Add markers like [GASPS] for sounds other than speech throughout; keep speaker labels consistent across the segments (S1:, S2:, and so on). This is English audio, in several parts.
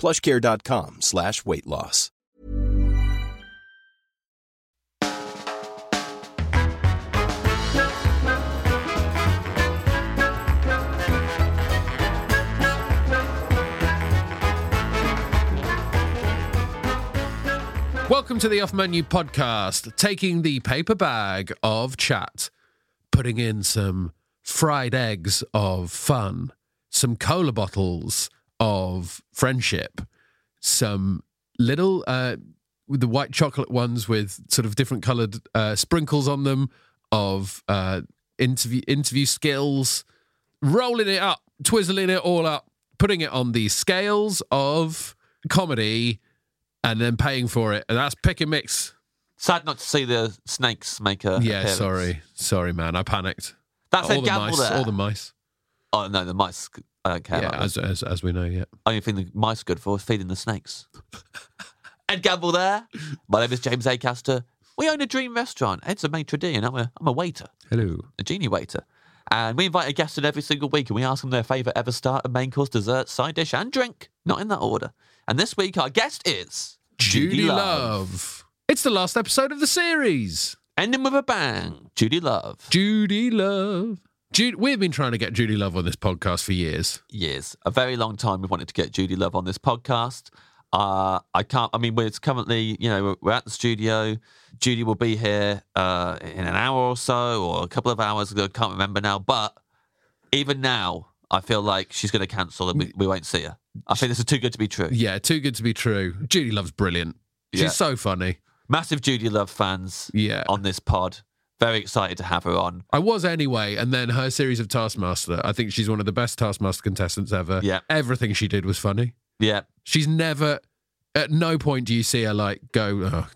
S1: plushcare.com slash weight loss.
S2: Welcome to the Off Menu Podcast, taking the paper bag of chat, putting in some fried eggs of fun, some cola bottles of friendship, some little, uh, with the white chocolate ones with sort of different colored uh, sprinkles on them of uh, interview, interview skills, rolling it up, twizzling it all up, putting it on the scales of comedy and then paying for it. And that's pick and mix.
S3: Sad not to see the snakes make a.
S2: yeah,
S3: appearance.
S2: sorry. Sorry, man. I panicked.
S3: That's
S2: all
S3: a
S2: the
S3: gamble
S2: mice.
S3: there.
S2: All the mice.
S3: Oh no, the mice. I don't care.
S2: Yeah,
S3: about
S2: as,
S3: that.
S2: as, as we know, yeah.
S3: Only thing the mice are good for is feeding the snakes. [LAUGHS] Ed Gamble there. My name is James Acaster. We own a dream restaurant. Ed's a maitre d' and I'm a, I'm a waiter,
S2: Hello.
S3: a genie waiter. And we invite a guest in every single week and we ask them their favourite ever starter, main course, dessert, side dish, and drink. Not in that order. And this week our guest is
S2: Judy, Love. It's the last episode of the series.
S3: Ending with a bang. Judy Love.
S2: Judy Love. Jude, we've been trying to get Judy Love on this podcast for years.
S3: years, a very long time. We wanted to get Judy Love on this podcast. Uh, I can't. I mean, we're it's currently, you know, we're, we're at the studio. Judy will be here uh, in an hour or so, or a couple of hours. I can't remember now. But even now, I feel like she's going to cancel and we, we won't see her. I think this is too good to be true.
S2: Yeah, too good to be true. Judy Love's brilliant. She's
S3: Yeah. Oh.
S2: so funny.
S3: Massive Judy Love fans
S2: Yeah.
S3: on this pod. Very excited to have her on.
S2: I was anyway, and then her series of Taskmaster. I think she's one of the best Taskmaster contestants ever.
S3: Yeah.
S2: Everything she did was funny.
S3: Yeah,
S2: She's never, at no point do you see her like go, oh,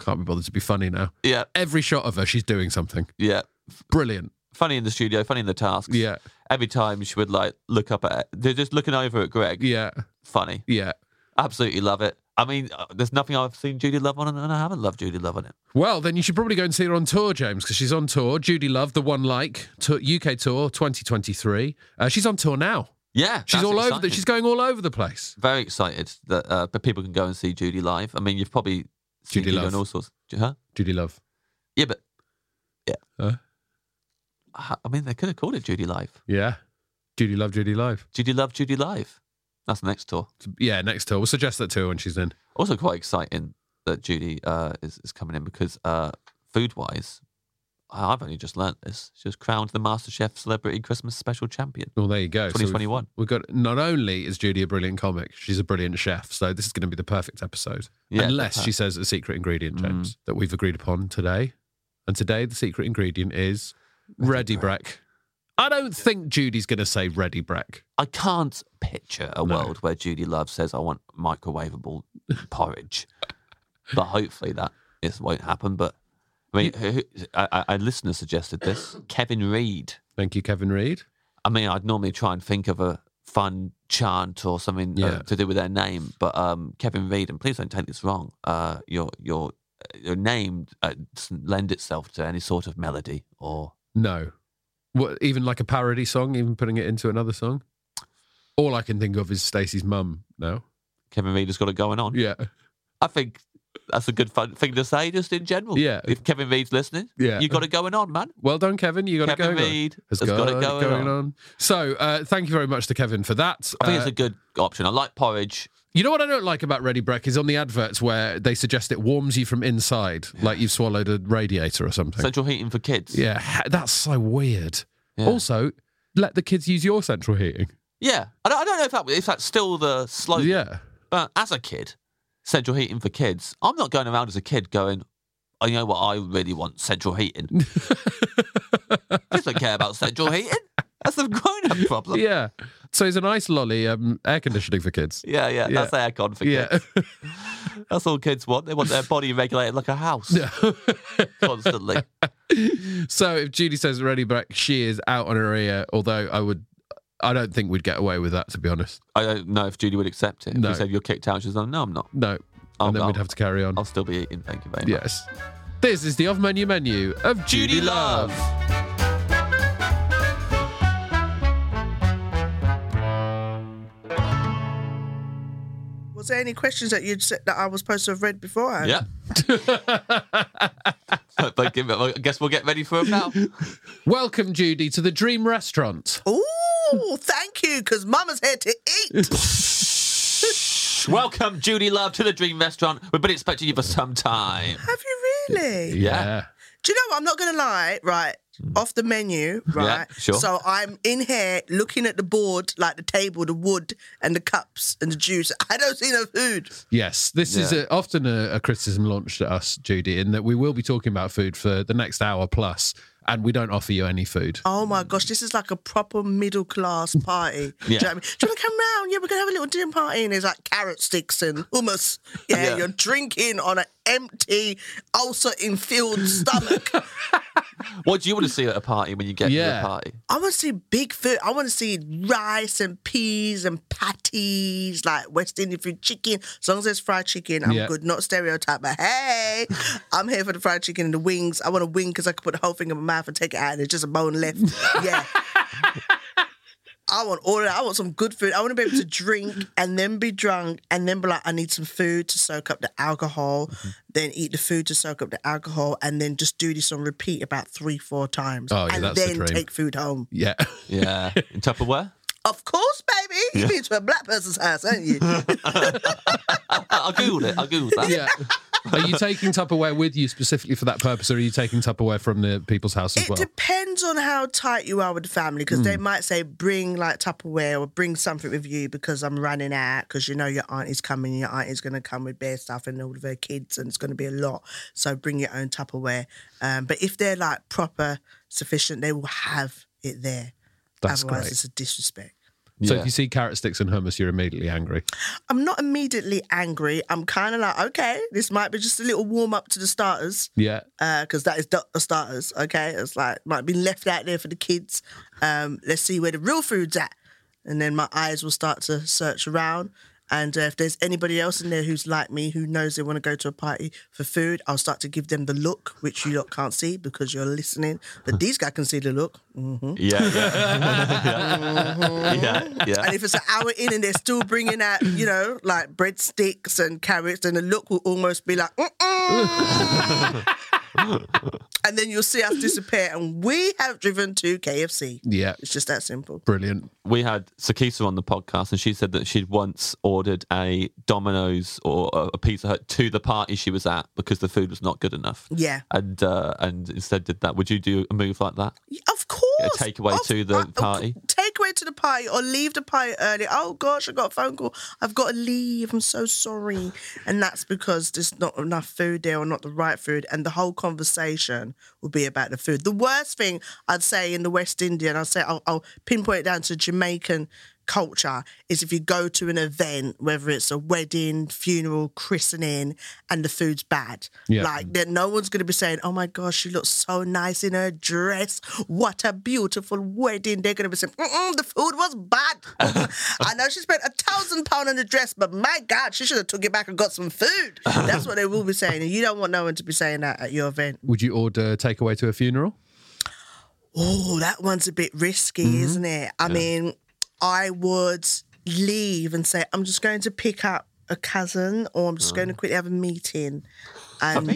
S2: can't be bothered to be funny now.
S3: yeah,
S2: Every shot of her, she's doing something.
S3: yeah.
S2: Brilliant.
S3: Funny in the studio, funny in the tasks.
S2: Yeah.
S3: Every time she would like look up at, they're just looking over at Greg.
S2: Yeah.
S3: Funny.
S2: Yeah.
S3: Absolutely love it. I mean, uh, there's nothing I've seen Judy Love on, and I haven't loved Judy Love on it.
S2: Well, then you should probably go and see her on tour, James, because she's on tour. Judy Love, the one like tour, UK tour 2023. Uh, she's on tour now.
S3: Yeah,
S2: She's
S3: that's
S2: all over. The,
S3: exciting.
S2: she's going all over the place.
S3: very excited that uh, but people can go and see Judy live. I mean, you've probably seen
S2: Judy
S3: Judy,
S2: Love.
S3: on all sorts. Ju- Huh?
S2: Judy Love.
S3: Yeah, but yeah.
S2: Huh?
S3: I I mean, they could have called it Judy Live.
S2: Yeah. Judy Love, Judy Live.
S3: Judy Love, Judy Live. That's the next tour.
S2: Yeah, next tour. We'll suggest that to her when she's in.
S3: Also, quite exciting that Judy uh, is, is coming in because uh, food wise, I've only just learnt this. She was crowned the MasterChef Celebrity Christmas Special Champion.
S2: Well, there you go. So we've-
S3: 2021.
S2: we've got not only is Judy a brilliant comic, she's a brilliant chef. So this is going to be the perfect episode,
S3: Yeah, Mm.
S2: unless
S3: that's
S2: she
S3: her.
S2: says a secret ingredient, James, that we've agreed upon today. And today the secret ingredient is ready breck. I don't think Judy's going to say ready breck.
S3: I can't picture a
S2: No.
S3: world where Judy Love says, I want microwavable porridge. But hopefully that is, won't happen. But I mean, who, who, I, I, a listener suggested this Kevin Reed.
S2: Thank you, Kevin Reed.
S3: I mean, I'd normally try and think of a fun chant or something
S2: Yeah.
S3: uh, to do with their name. But um, Kevin Reed, and please don't take this wrong, uh, your, your uh, named uh, doesn't lend itself to any sort of melody or
S2: No. What, even like a parody song, even putting it into another song? All I can think of is Stacey's mum now.
S3: Kevin Reeder's got it going on.
S2: Yeah.
S3: I think that's a good fun thing to say just in general.
S2: Yeah.
S3: If Kevin Reed's listening,
S2: Yeah.
S3: you got it going on, man.
S2: Well done, Kevin. You got it
S3: Kevin
S2: going on.
S3: Reed has got it going on.
S2: So uh, thank you very much to Kevin for that.
S3: I think
S2: Uh,
S3: it's a good option. I like porridge.
S2: You know what I don't like about Ready Breck is on the adverts where they suggest it warms you from inside, like you've swallowed a radiator or something.
S3: Central heating for kids.
S2: yeah, ha- that's so weird.
S3: Yeah.
S2: Also, let the kids use your central heating.
S3: Yeah. I don't, I don't know if, that, if that's still the slogan.
S2: Yeah.
S3: But as a kid, central heating for kids, I'm not going around as a kid going, I know what I really want
S2: [LAUGHS]
S3: central heating. I just don't care about central heating. That's the grown up problem.
S2: Yeah. So it's an ice lolly um, air conditioning for
S3: [LAUGHS]
S2: kids.
S3: Yeah, yeah,
S2: Yeah.
S3: that's aircon for
S2: Yeah. [LAUGHS]
S3: kids. That's all kids want. They want their body regulated like a house
S2: [LAUGHS]
S3: constantly.
S2: so if Judy says Ready Breck, she is out on her ear, although I would. I don't think we'd get away with that, to be honest.
S3: I don't know if Judy would accept it. If
S2: No.
S3: you said you're kicked out, she's like, no, I'm not.
S2: No.
S3: I'll-
S2: And then
S3: I'll-
S2: we'd have to carry on.
S3: I'll still be eating. Thank you very much.
S2: Yes. This is the off menu menu of Judy, Love.
S4: Was there any questions that you'd said that I was supposed to have read beforehand?
S2: [LAUGHS]
S3: Yeah. but give it, I guess we'll get ready for him now.
S2: Welcome, Judy, to the Dream Restaurant.
S4: Ooh, thank you, because Mama's here to
S3: [LAUGHS]
S4: eat.
S3: Welcome, Judy Love, to the Dream Restaurant. We've been expecting you for some time.
S4: have you really?
S2: Yeah.
S4: Do you know what? I'm not going to lie, right? Off the menu, right?
S3: Mm. sure.
S4: So I'm in here looking at the board, like the table, the wood, and the cups and the juice. I don't see no food.
S2: Yes. This is
S3: Yeah.
S2: a, often a, a criticism launched at us, Judy, in that we will be talking about food for the next hour plus, and we don't offer you any food.
S4: Oh
S3: Mm.
S4: my gosh, this is like a proper middle class
S3: [LAUGHS]
S4: party. Do you know what I mean? Do you want to come round? Yeah, we're going to have a little dinner party. And there's like carrot sticks and
S3: [LAUGHS]
S4: hummus. Yeah,
S3: Yeah.
S4: you're drinking on an empty, ulcer infilled stomach.
S3: What do you want to see at a party when you get
S2: Yeah.
S3: to a party?
S4: I want to see big food. I want to see rice and peas and patties, like West Indian food, chicken. As long as there's fried chicken, I'm
S2: Yeah.
S4: good. Not stereotype, but hey, I'm here for the fried chicken and the wings. I want a wing because I could put the whole thing in my mouth and take it out and there's just a bone
S2: [LAUGHS]
S4: left. Yeah. I want all of that. I want some good food. I want to be able to drink and then be drunk and then be like, I need some food to soak up the alcohol,
S2: Mm-hmm.
S4: then eat the food to soak up the alcohol, and then just do this on repeat about three, four times.
S2: Oh, yeah,
S4: and
S2: that's the
S4: then
S2: dream.
S4: take food home.
S2: Yeah. [LAUGHS]
S3: Yeah. In Tupperware?
S4: Of course, baby. You've been to a black person's house, haven't
S2: [LAUGHS]
S4: you?
S3: I'll Google it. I'll Google that.
S2: Yeah. Are you taking Tupperware with you specifically for that purpose, or are you taking Tupperware from the people's house as
S4: it
S2: well? Hmm.
S4: depends on how tight you are with the family because they might say, bring like Tupperware or bring something with you because I'm running out because you know your auntie's coming and your auntie's going to come with their stuff and all of her kids and it's going to be a lot. So bring your own Tupperware. Um, but if they're like proper sufficient, they will have it there.
S2: That's
S4: Otherwise,
S2: great.
S4: it's a disrespect.
S2: So
S3: Yeah.
S2: if you see carrot sticks and hummus, you're immediately angry.
S4: I'm not immediately angry. I'm kind of like, okay, this might be just a little warm up to the starters.
S2: Yeah.
S4: because uh, that is du- the starters. Okay, it's like might be left out there for the kids. Um, let's see where the real food's at, and then my eyes will start to search around. And uh, if there's anybody else in there who's like me, who knows they want to go to a party for food, I'll start to give them the look, which you lot can't see because you're listening. But these guys can see the look. hmm
S3: Yeah. Yeah. [LAUGHS] yeah. yeah.
S4: And if it's an hour in and they're still bringing out, you know, like breadsticks and carrots, then the look will almost be like, "Mm-mm." and then you'll see us disappear. And we have driven to KFC.
S2: Yeah.
S4: It's just that simple.
S2: Brilliant.
S3: we had Sakisa on the podcast, and she said that she'd once ordered a Domino's or a a Pizza Hut to the party she was at because the food was not good enough,
S4: Yeah.
S3: and uh, and instead did that. Would you do a move like that?
S4: Yeah, Of course.
S3: takeaway
S4: Of-
S3: to the
S4: uh,
S3: party.
S4: Takeaway to the party or leave the party early. Oh gosh, I got a phone call. I've got to leave. I'm so
S3: [SIGHS]
S4: sorry. And that's because there's not enough food there or not the right food. And the whole conversation will be about the food. The worst thing I'd say in the West Indian, I'd say I'll, I'll pinpoint it down to Jamaican culture is if you go to an event, whether it's a wedding, funeral, christening, and the food's bad.
S2: Yeah.
S4: Like that no one's gonna be saying, Oh my gosh, she looks so nice in her dress. What a beautiful wedding. They're gonna be saying, Mm-mm, the food was bad. I know she spent a thousand pounds on the dress, but my God, she should have took it back and got some food. That's what they will be saying. And you don't want no one to be saying that at your event.
S2: Would you order takeaway to a funeral?
S4: Oh, that one's a bit risky, isn't it? I mean, I would leave and say, I'm just going to pick up a cousin or I'm just going to quickly have a meeting. And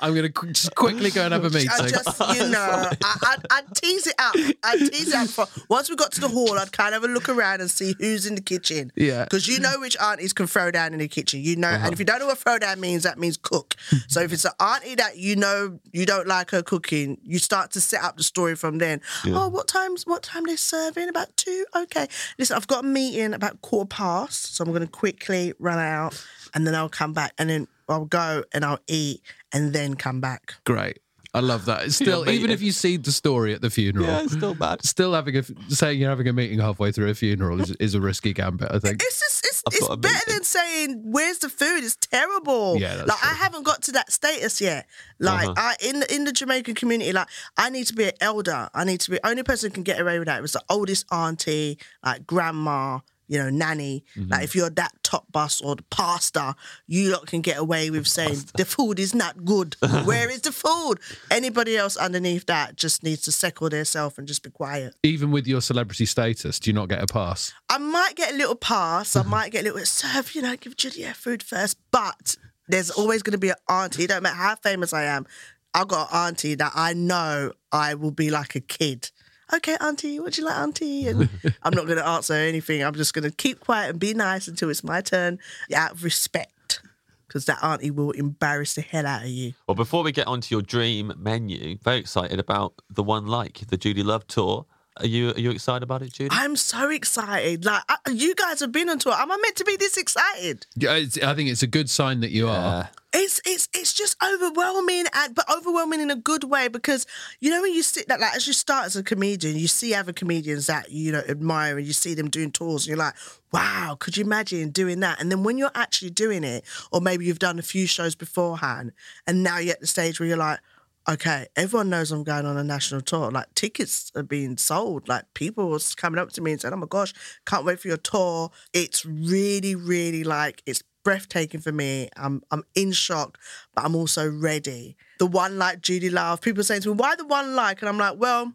S2: I'm going to just quickly go and have a meeting.
S4: I just, you know, I, I'd, I'd tease it up. I'd tease it up. For, once we got to the hall, I'd kind of have a look around and see who's in the kitchen.
S2: Yeah.
S4: Because you know which aunties can throw down in the kitchen. You know, and if you don't know what throw down means, that means cook. so if it's an auntie that you know you don't like her cooking, you start to set up the story from then. Oh, what times? What time they serving? About two? Okay. Listen, I've got a meeting about quarter past, so I'm going to quickly run out, and then I'll come back, and then I'll go and I'll eat, and then come back.
S2: Great. I love that. [LAUGHS] It's still,
S3: Yeah,
S2: even
S3: mate.
S2: if you see the story at the funeral,
S3: Yeah, it's still bad.
S2: still having a, saying you're having a meeting halfway through a funeral is, is a risky gambit, I [LAUGHS] think.
S4: It's just it's,
S3: I've
S4: it's
S3: got a
S4: better
S3: meeting.
S4: than saying where's the food. It's terrible.
S2: Yeah, that's
S4: like I
S2: true.
S4: haven't got to that status yet.
S3: Uh-huh.
S4: Like I in the in the Jamaican community, like I need to be an elder. I need to be only person who can get away with that was the oldest auntie, like grandma. You know, nanny.
S3: Mm-hmm.
S4: Like, if you're that top bus or the pastor, you lot can get away with saying the food is not good.
S3: [LAUGHS]
S4: Where is the food? Anybody else underneath that just needs to settle themselves and just be quiet.
S2: Even with your celebrity status, do you not get a pass?
S4: I might get a little pass. I might get a little serve. You know, give Judy her food first. But there's always going to be an auntie. It don't matter how famous I am. I've got an auntie that I know I will be like a kid. Okay, auntie, what do you like, auntie? And I'm not going to answer anything. I'm just going to keep quiet and be nice until it's my turn out of respect. Because that auntie will embarrass the hell out of you.
S3: Well, before we get onto your dream menu, very excited about the one like the Judy Love tour. Are you are you excited about it, Judy?
S4: I'm so excited. Like, I, you guys have been on tour. Am I meant to be this excited?
S2: Yeah, it's, I think it's a good sign that you are.
S4: It's it's it's just overwhelming, and but overwhelming in a good way because you know when you sit that like as you start as a comedian, you see other comedians that you know admire, and you see them doing tours, and you're like, wow, could you imagine doing that? And then when you're actually doing it, or maybe you've done a few shows beforehand, and now you're at the stage where you're like. Okay, everyone knows I'm going on a national tour. Like tickets are being sold. Like people was coming up to me and saying, "Oh my gosh, can't wait for your tour." It's really, really like it's breathtaking for me. I'm I'm in shock, but I'm also ready. The one like Judy Love, people saying to me, why the one like? And I'm like, well,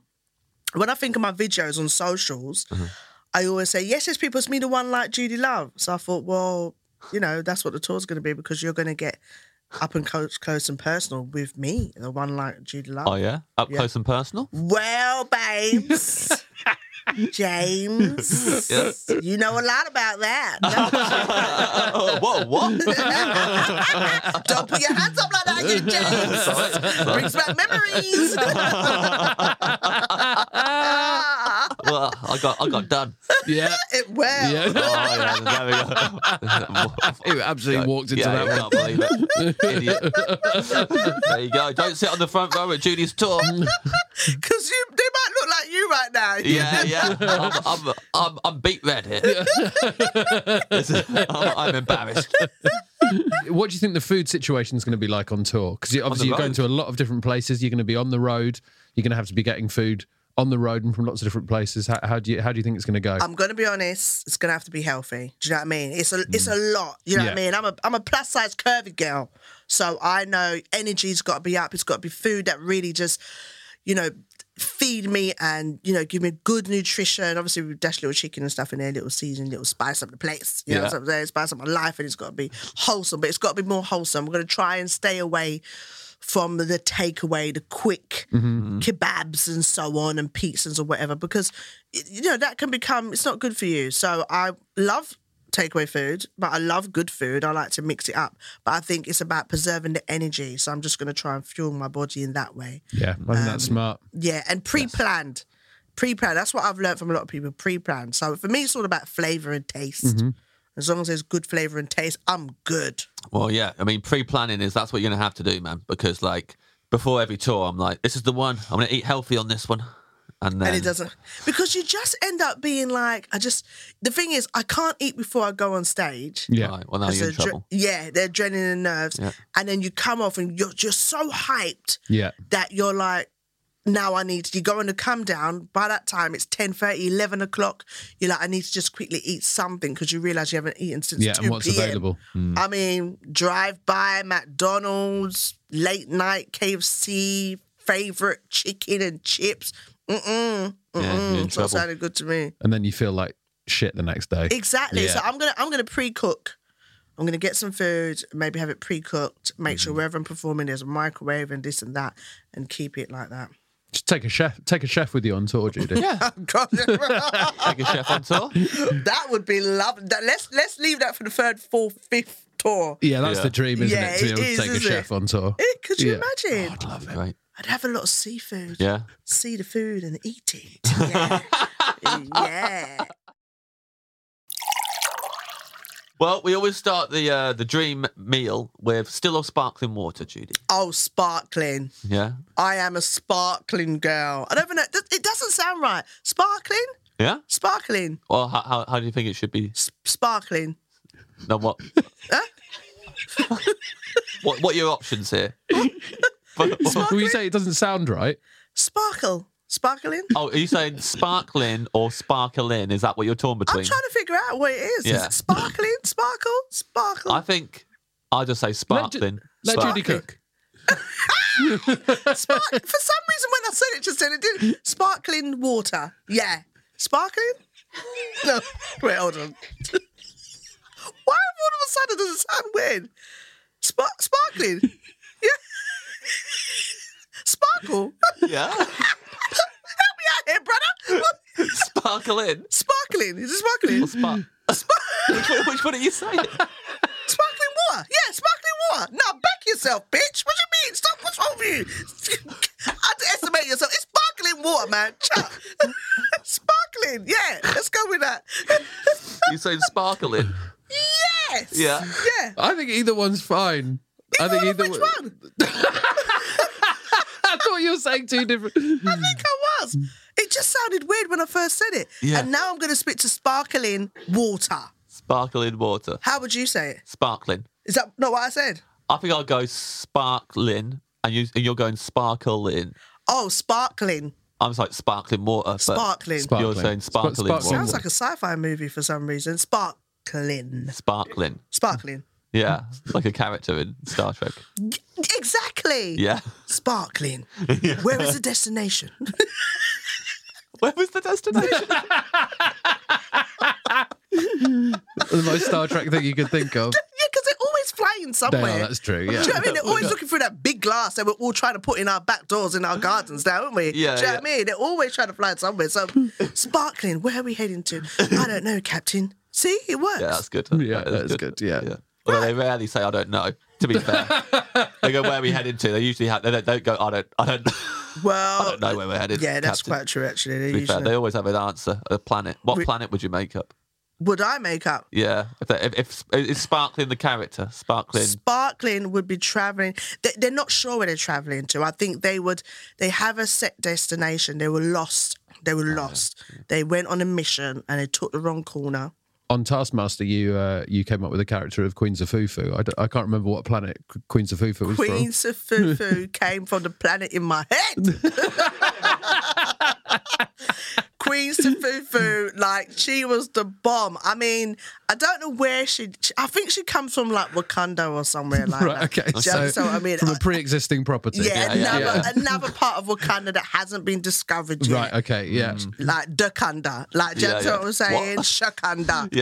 S4: when I think of my videos on socials, I always say, yes, yes, people, it's me the one like Judy Love. So I thought, well, you know, that's what the tour's going to be because you're going to get up and close, close and personal with me, the one like Judy Love.
S3: Oh yeah, up
S4: Yeah.
S3: close and [LAUGHS] personal.
S4: Well, babes. James,
S3: Yes.
S4: you know a lot about that. No.
S3: [LAUGHS] Oh, whoa, [LAUGHS] what?
S4: Don't put your hands up like that, you James. Brings back memories.
S3: [LAUGHS]
S4: Ah,
S3: well, I got I got done.
S2: Yeah.
S4: it
S2: [LAUGHS]
S4: well.
S2: Yeah.
S3: [LAUGHS] Oh yeah, there [LAUGHS] we
S2: [LAUGHS]
S3: go.
S2: He absolutely walked into
S3: yeah,
S2: that
S3: you [LAUGHS] can't believe it. Idiot. there you go. Don't sit on the front row at Judy's tour.
S4: Because you, they might look like you right now.
S3: Yeah, yeah. I'm, I'm, I'm, I'm beat red here. [LAUGHS] I'm, I'm embarrassed.
S2: What do you think the food situation is going to be like on tour? Because obviously you're going
S3: road.
S2: to a lot of different places. You're going to be on the road. You're going to have to be getting food on the road and from lots of different places. How, how do you how do you think it's going to go?
S4: I'm gonna be honest. It's gonna have to be healthy. Do you know what I mean? It's a it's a lot. You know what I
S2: Yeah.
S4: mean? I'm a I'm a plus size curvy girl, so I know energy's got to be up. It's got to be food that really just, you know, feed me and you know give me good nutrition. Obviously, we dash little chicken and stuff in there, little season, little spice up the place. You know what I'm saying? Spice up my life, and it's got to be wholesome. But it's got to be more wholesome. I'm gonna try and stay away from the takeaway, the quick kebabs and so on, and pizzas or whatever, because y- you know that can become it's not good for you. So I love takeaway food, but I love good food. I like to mix it up, but I think it's about preserving the energy. So I'm just going to try and fuel my body in that way.
S2: yeah, I think that's smart.
S4: Yeah, and pre-planned. Pre-planned. That's what I've learned from a lot of people. Pre-planned. So for me, it's all about flavor and taste.
S3: Mm-hmm.
S4: As long as there's good flavor and taste, I'm good.
S3: Well, yeah. I mean, pre-planning is that's what you're gonna have to do, man. Because like before every tour, I'm like, this is the one. I'm gonna eat healthy on this one. and then
S4: and it doesn't because you just end up being like I just the thing is I can't eat before I go on stage.
S2: Yeah.
S3: Right, well now you're in
S4: Because
S3: trouble.
S4: the adre- yeah, they're draining the nerves,
S3: Yeah.
S4: and then you come off and you're just so hyped
S2: Yeah.
S4: that you're like, now I need to. You go on the come down. By that time, it's 10, 11 o'clock. You're like, I need to just quickly eat something because you realize you haven't eaten since
S2: Yeah.
S4: 2
S2: And what's
S4: p.m.
S2: available? Hmm.
S4: I mean, drive by McDonald's, late night KFC, favorite chicken and chips. Mm-mm. Mm-mm.
S3: Yeah, you're in
S4: it's
S3: trouble.
S4: not sounding good to me.
S2: And then you feel like shit the next day.
S4: Exactly. So
S2: Yeah.
S4: I'm gonna I'm gonna pre cook. I'm gonna get some food, maybe have it pre cooked, make
S2: Mm-hmm.
S4: sure wherever I'm performing there's a microwave and this and that, and keep it like that. [LAUGHS]
S2: Just take a chef. Take a chef with you on tour, Judy.
S3: Yeah.
S4: God,
S3: Take a chef on
S4: [LAUGHS]
S3: tour.
S4: that would be lovely. That- Let's let's leave that for the third, fourth, fifth tour.
S2: Yeah, that's
S3: Yeah.
S2: the dream, isn't
S4: Yeah,
S2: it? To be
S4: it
S2: able
S4: is,
S2: to take a
S4: isn't
S2: chef
S4: it?
S2: on tour.
S4: Eh, could you
S2: Yeah.
S4: imagine?
S3: Love it. Right.
S4: I'd have a lot of seafood.
S3: Yeah.
S4: See the food and eat it. Yeah.
S3: [LAUGHS]
S4: yeah.
S3: Well, we always start the uh, the dream meal with still or sparkling water, Judy.
S4: Oh, sparkling.
S3: Yeah.
S4: I am a sparkling girl. I don't even know. It doesn't sound right. Sparkling?
S3: Yeah.
S4: Sparkling.
S3: Well, how, how, how do you think it should be?
S4: S- sparkling.
S3: No,
S4: [LAUGHS]
S3: what? what? What are your options
S4: [LAUGHS]
S3: here? Oh, But-
S2: Well, you say it doesn't sound right.
S4: Sparkle. Sparkling?
S3: oh, are you saying sparkling or sparkle in? Is that what you're torn
S4: I'm
S3: between?
S4: trying to figure out what it is. Is
S3: Yeah.
S4: it sparkling? Sparkle? Sparkle?
S3: I think I just say
S2: Let Ju-
S3: sparkling.
S2: Let
S3: Spark-
S2: Judy cook.
S4: Spark- for some reason, when I said it just then, it did. Sparkling water. Yeah. Sparkling? No. Wait, hold on. [LAUGHS] Why all of a sudden does it sound weird? Spark- sparkling? Yeah. [LAUGHS] Sparkle? [LAUGHS] Help me
S2: [LAUGHS]
S3: [LAUGHS] Yeah.
S4: out here, brother. What-
S3: sparkle in.
S4: Sparkling? Is it sparkling?
S3: Or
S2: [LAUGHS]
S3: spark- [LAUGHS] which, one, which one are you saying?
S4: Sparkling water. Yeah, sparkling water. Now back yourself, bitch. What you mean? Stop. What's wrong with you? [LAUGHS] Underestimate yourself. It's sparkling water, man. Chuck. [LAUGHS] sparkling. Yeah, let's go with that. [LAUGHS]
S3: You saying sparkle in?
S4: Yes.
S3: Yeah.
S4: Yeah.
S2: I think either one's fine. I think either
S4: Which
S2: one-
S4: one?
S2: [LAUGHS] I thought you were saying two different.
S4: I think I was. It just sounded weird when I first said it.
S3: Yeah.
S4: And now I'm going to speak to sparkling water.
S3: Sparkle in water.
S4: How would you say it?
S3: Sparkling.
S4: Is that not what I said?
S3: I think I'll go sparkling, and you and you're going sparkling.
S4: Oh, sparkling.
S3: I was like sparkling water. But
S4: Sparkling.
S3: You're saying
S2: Spark-
S3: sparkling water.
S4: Sounds like a sci-fi movie for some reason. Sparkling.
S3: Sparkling.
S4: Sparkling.
S3: Yeah, like a character in Star Trek.
S4: Exactly.
S3: Yeah. [LAUGHS]
S4: Sparkling. Where is the destination? [LAUGHS]
S3: Where was the destination?
S2: the most Star Trek thing you could think
S4: [LAUGHS]
S2: of.
S4: yeah, because they're always flying
S2: They
S4: somewhere.
S2: are, that's true. Yeah.
S4: Do you know what I
S3: [LAUGHS]
S4: mean? They're always looking through that big glass that we're all trying to put in our back
S3: [LAUGHS]
S4: doors in our gardens now, aren't we?
S3: Yeah,
S4: Do you know what I
S3: yeah.
S4: mean? They're always trying to fly somewhere.
S3: [LAUGHS]
S4: So, sparkling, where are we heading to? I don't know, Captain. See, it works.
S3: yeah, that's good.
S2: Yeah,
S3: That is
S2: that's good. Yeah.
S3: Although they rarely say I don't know. To be fair, they go where are we headed to. They usually have. They don't, don't go. I don't. I don't. [LAUGHS]
S4: well,
S3: I don't know where we're headed.
S4: Oh, yeah, that's
S3: Captain."
S4: quite true, actually. They
S3: To be fair,
S4: usually-
S3: they always have an answer. A planet. What
S4: We-
S3: planet would you make up?
S4: Would I make up?
S3: Yeah. If, they, if, if is sparkling the character? Sparkling.
S4: Sparkling would be traveling. They, they're not sure where they're traveling to. I think they would. They have a set destination. They were lost. They were lost. They went on a mission and they took the
S2: [LAUGHS]
S4: wrong corner.
S2: On Taskmaster, you uh, you came up with a character of Queens of Fufu. I, d- I can't remember what planet Q- Queens of Fufu was [LAUGHS]
S4: Queen Sufufu came from the planet in my head. Queen Sufufu, like she was the bomb. I mean, I don't know where she. I think she comes from like Wakanda or somewhere like
S2: from. Right.
S4: that.
S2: Okay.
S4: Do you
S2: So,
S4: understand what I mean,
S2: from
S4: I-
S2: a pre-existing property.
S4: Yeah,
S3: yeah,
S4: another,
S3: yeah.
S4: another part of Wakanda that hasn't been discovered yet.
S2: Right. Okay. Yeah.
S4: Like Dakanda. Like, do you
S3: Yeah,
S4: know
S3: yeah.
S4: what I'm saying?
S3: What?
S4: Shakanda.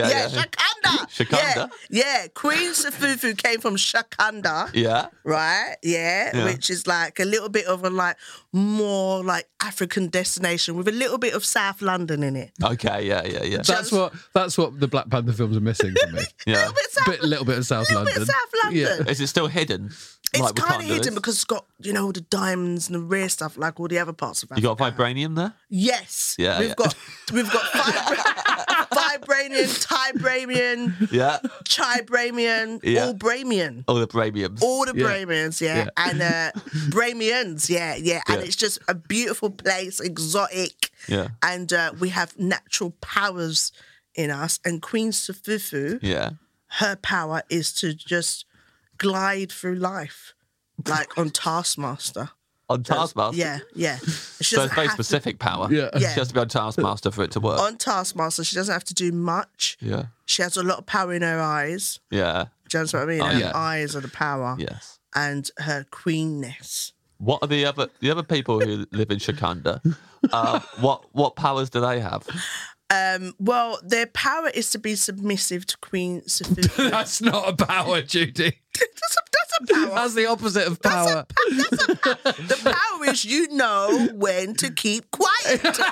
S3: [LAUGHS] Yeah,
S4: Yeah,
S3: yeah. [LAUGHS]
S4: Shakanda.
S3: Shakanda?
S4: Yeah, yeah. Queen Sufufu came from Shakanda.
S3: yeah.
S4: Right, yeah,
S3: Yeah.
S4: which is like a little bit of a like more like African destination with a little bit of South London in it.
S3: Okay. Yeah. Yeah. Yeah.
S2: That's what that's what the Black Panther films are missing for me.
S3: yeah.
S4: A little bit [LAUGHS] South,
S2: Bit, little bit of South
S4: little bit
S2: London.
S4: of South London.
S2: Yeah.
S3: Is it still hidden?
S4: It's
S3: Like
S4: kind
S3: Wakanda
S4: of
S3: is?
S4: hidden because it's got you know all the diamonds and the rare stuff like all the other parts of
S3: you
S4: Africa.
S3: got vibranium there. [LAUGHS]
S4: Yes.
S3: Yeah,
S4: We've
S3: yeah.
S4: got we've got vibra- Vibranian, Tibramian,
S3: yeah.
S4: Chibramian,
S3: Yeah.
S4: all Bramian.
S3: All the Brabiums.
S4: All the Bramians, yeah.
S3: Yeah. [LAUGHS]
S4: And uh Bramians, yeah, yeah. And
S3: Yeah.
S4: it's just a beautiful place, exotic.
S3: Yeah.
S4: And uh, we have natural powers in us. And Queen Sufufu,
S3: Yeah.
S4: her power is to just glide through life. Like
S3: [LAUGHS]
S4: on Taskmaster.
S3: On Taskmaster.
S4: Yeah, yeah. She
S3: So
S4: doesn't
S3: it's very
S4: have to-
S3: specific power.
S2: Yeah.
S3: She
S4: Yeah.
S3: has to be on Taskmaster for it to work.
S4: on Taskmaster, she doesn't have to do much.
S3: yeah.
S4: She has a lot of power in her eyes.
S3: Yeah.
S4: Do you understand what I mean?
S3: Oh,
S4: her
S3: yeah.
S4: eyes are the power.
S3: Yes.
S4: And her queenness.
S3: What are the other the other people
S4: [LAUGHS]
S3: who live in Shikanda? Uh, what what powers do they have?
S4: Um, well, their power is to be submissive to Queen
S3: [LAUGHS]
S4: Sophia. [LAUGHS] that's,
S2: [LAUGHS] That's not a power, Judy.
S4: a, that's a power.
S2: That's the opposite of power.
S4: the power is you know when to keep quiet.
S3: [LAUGHS]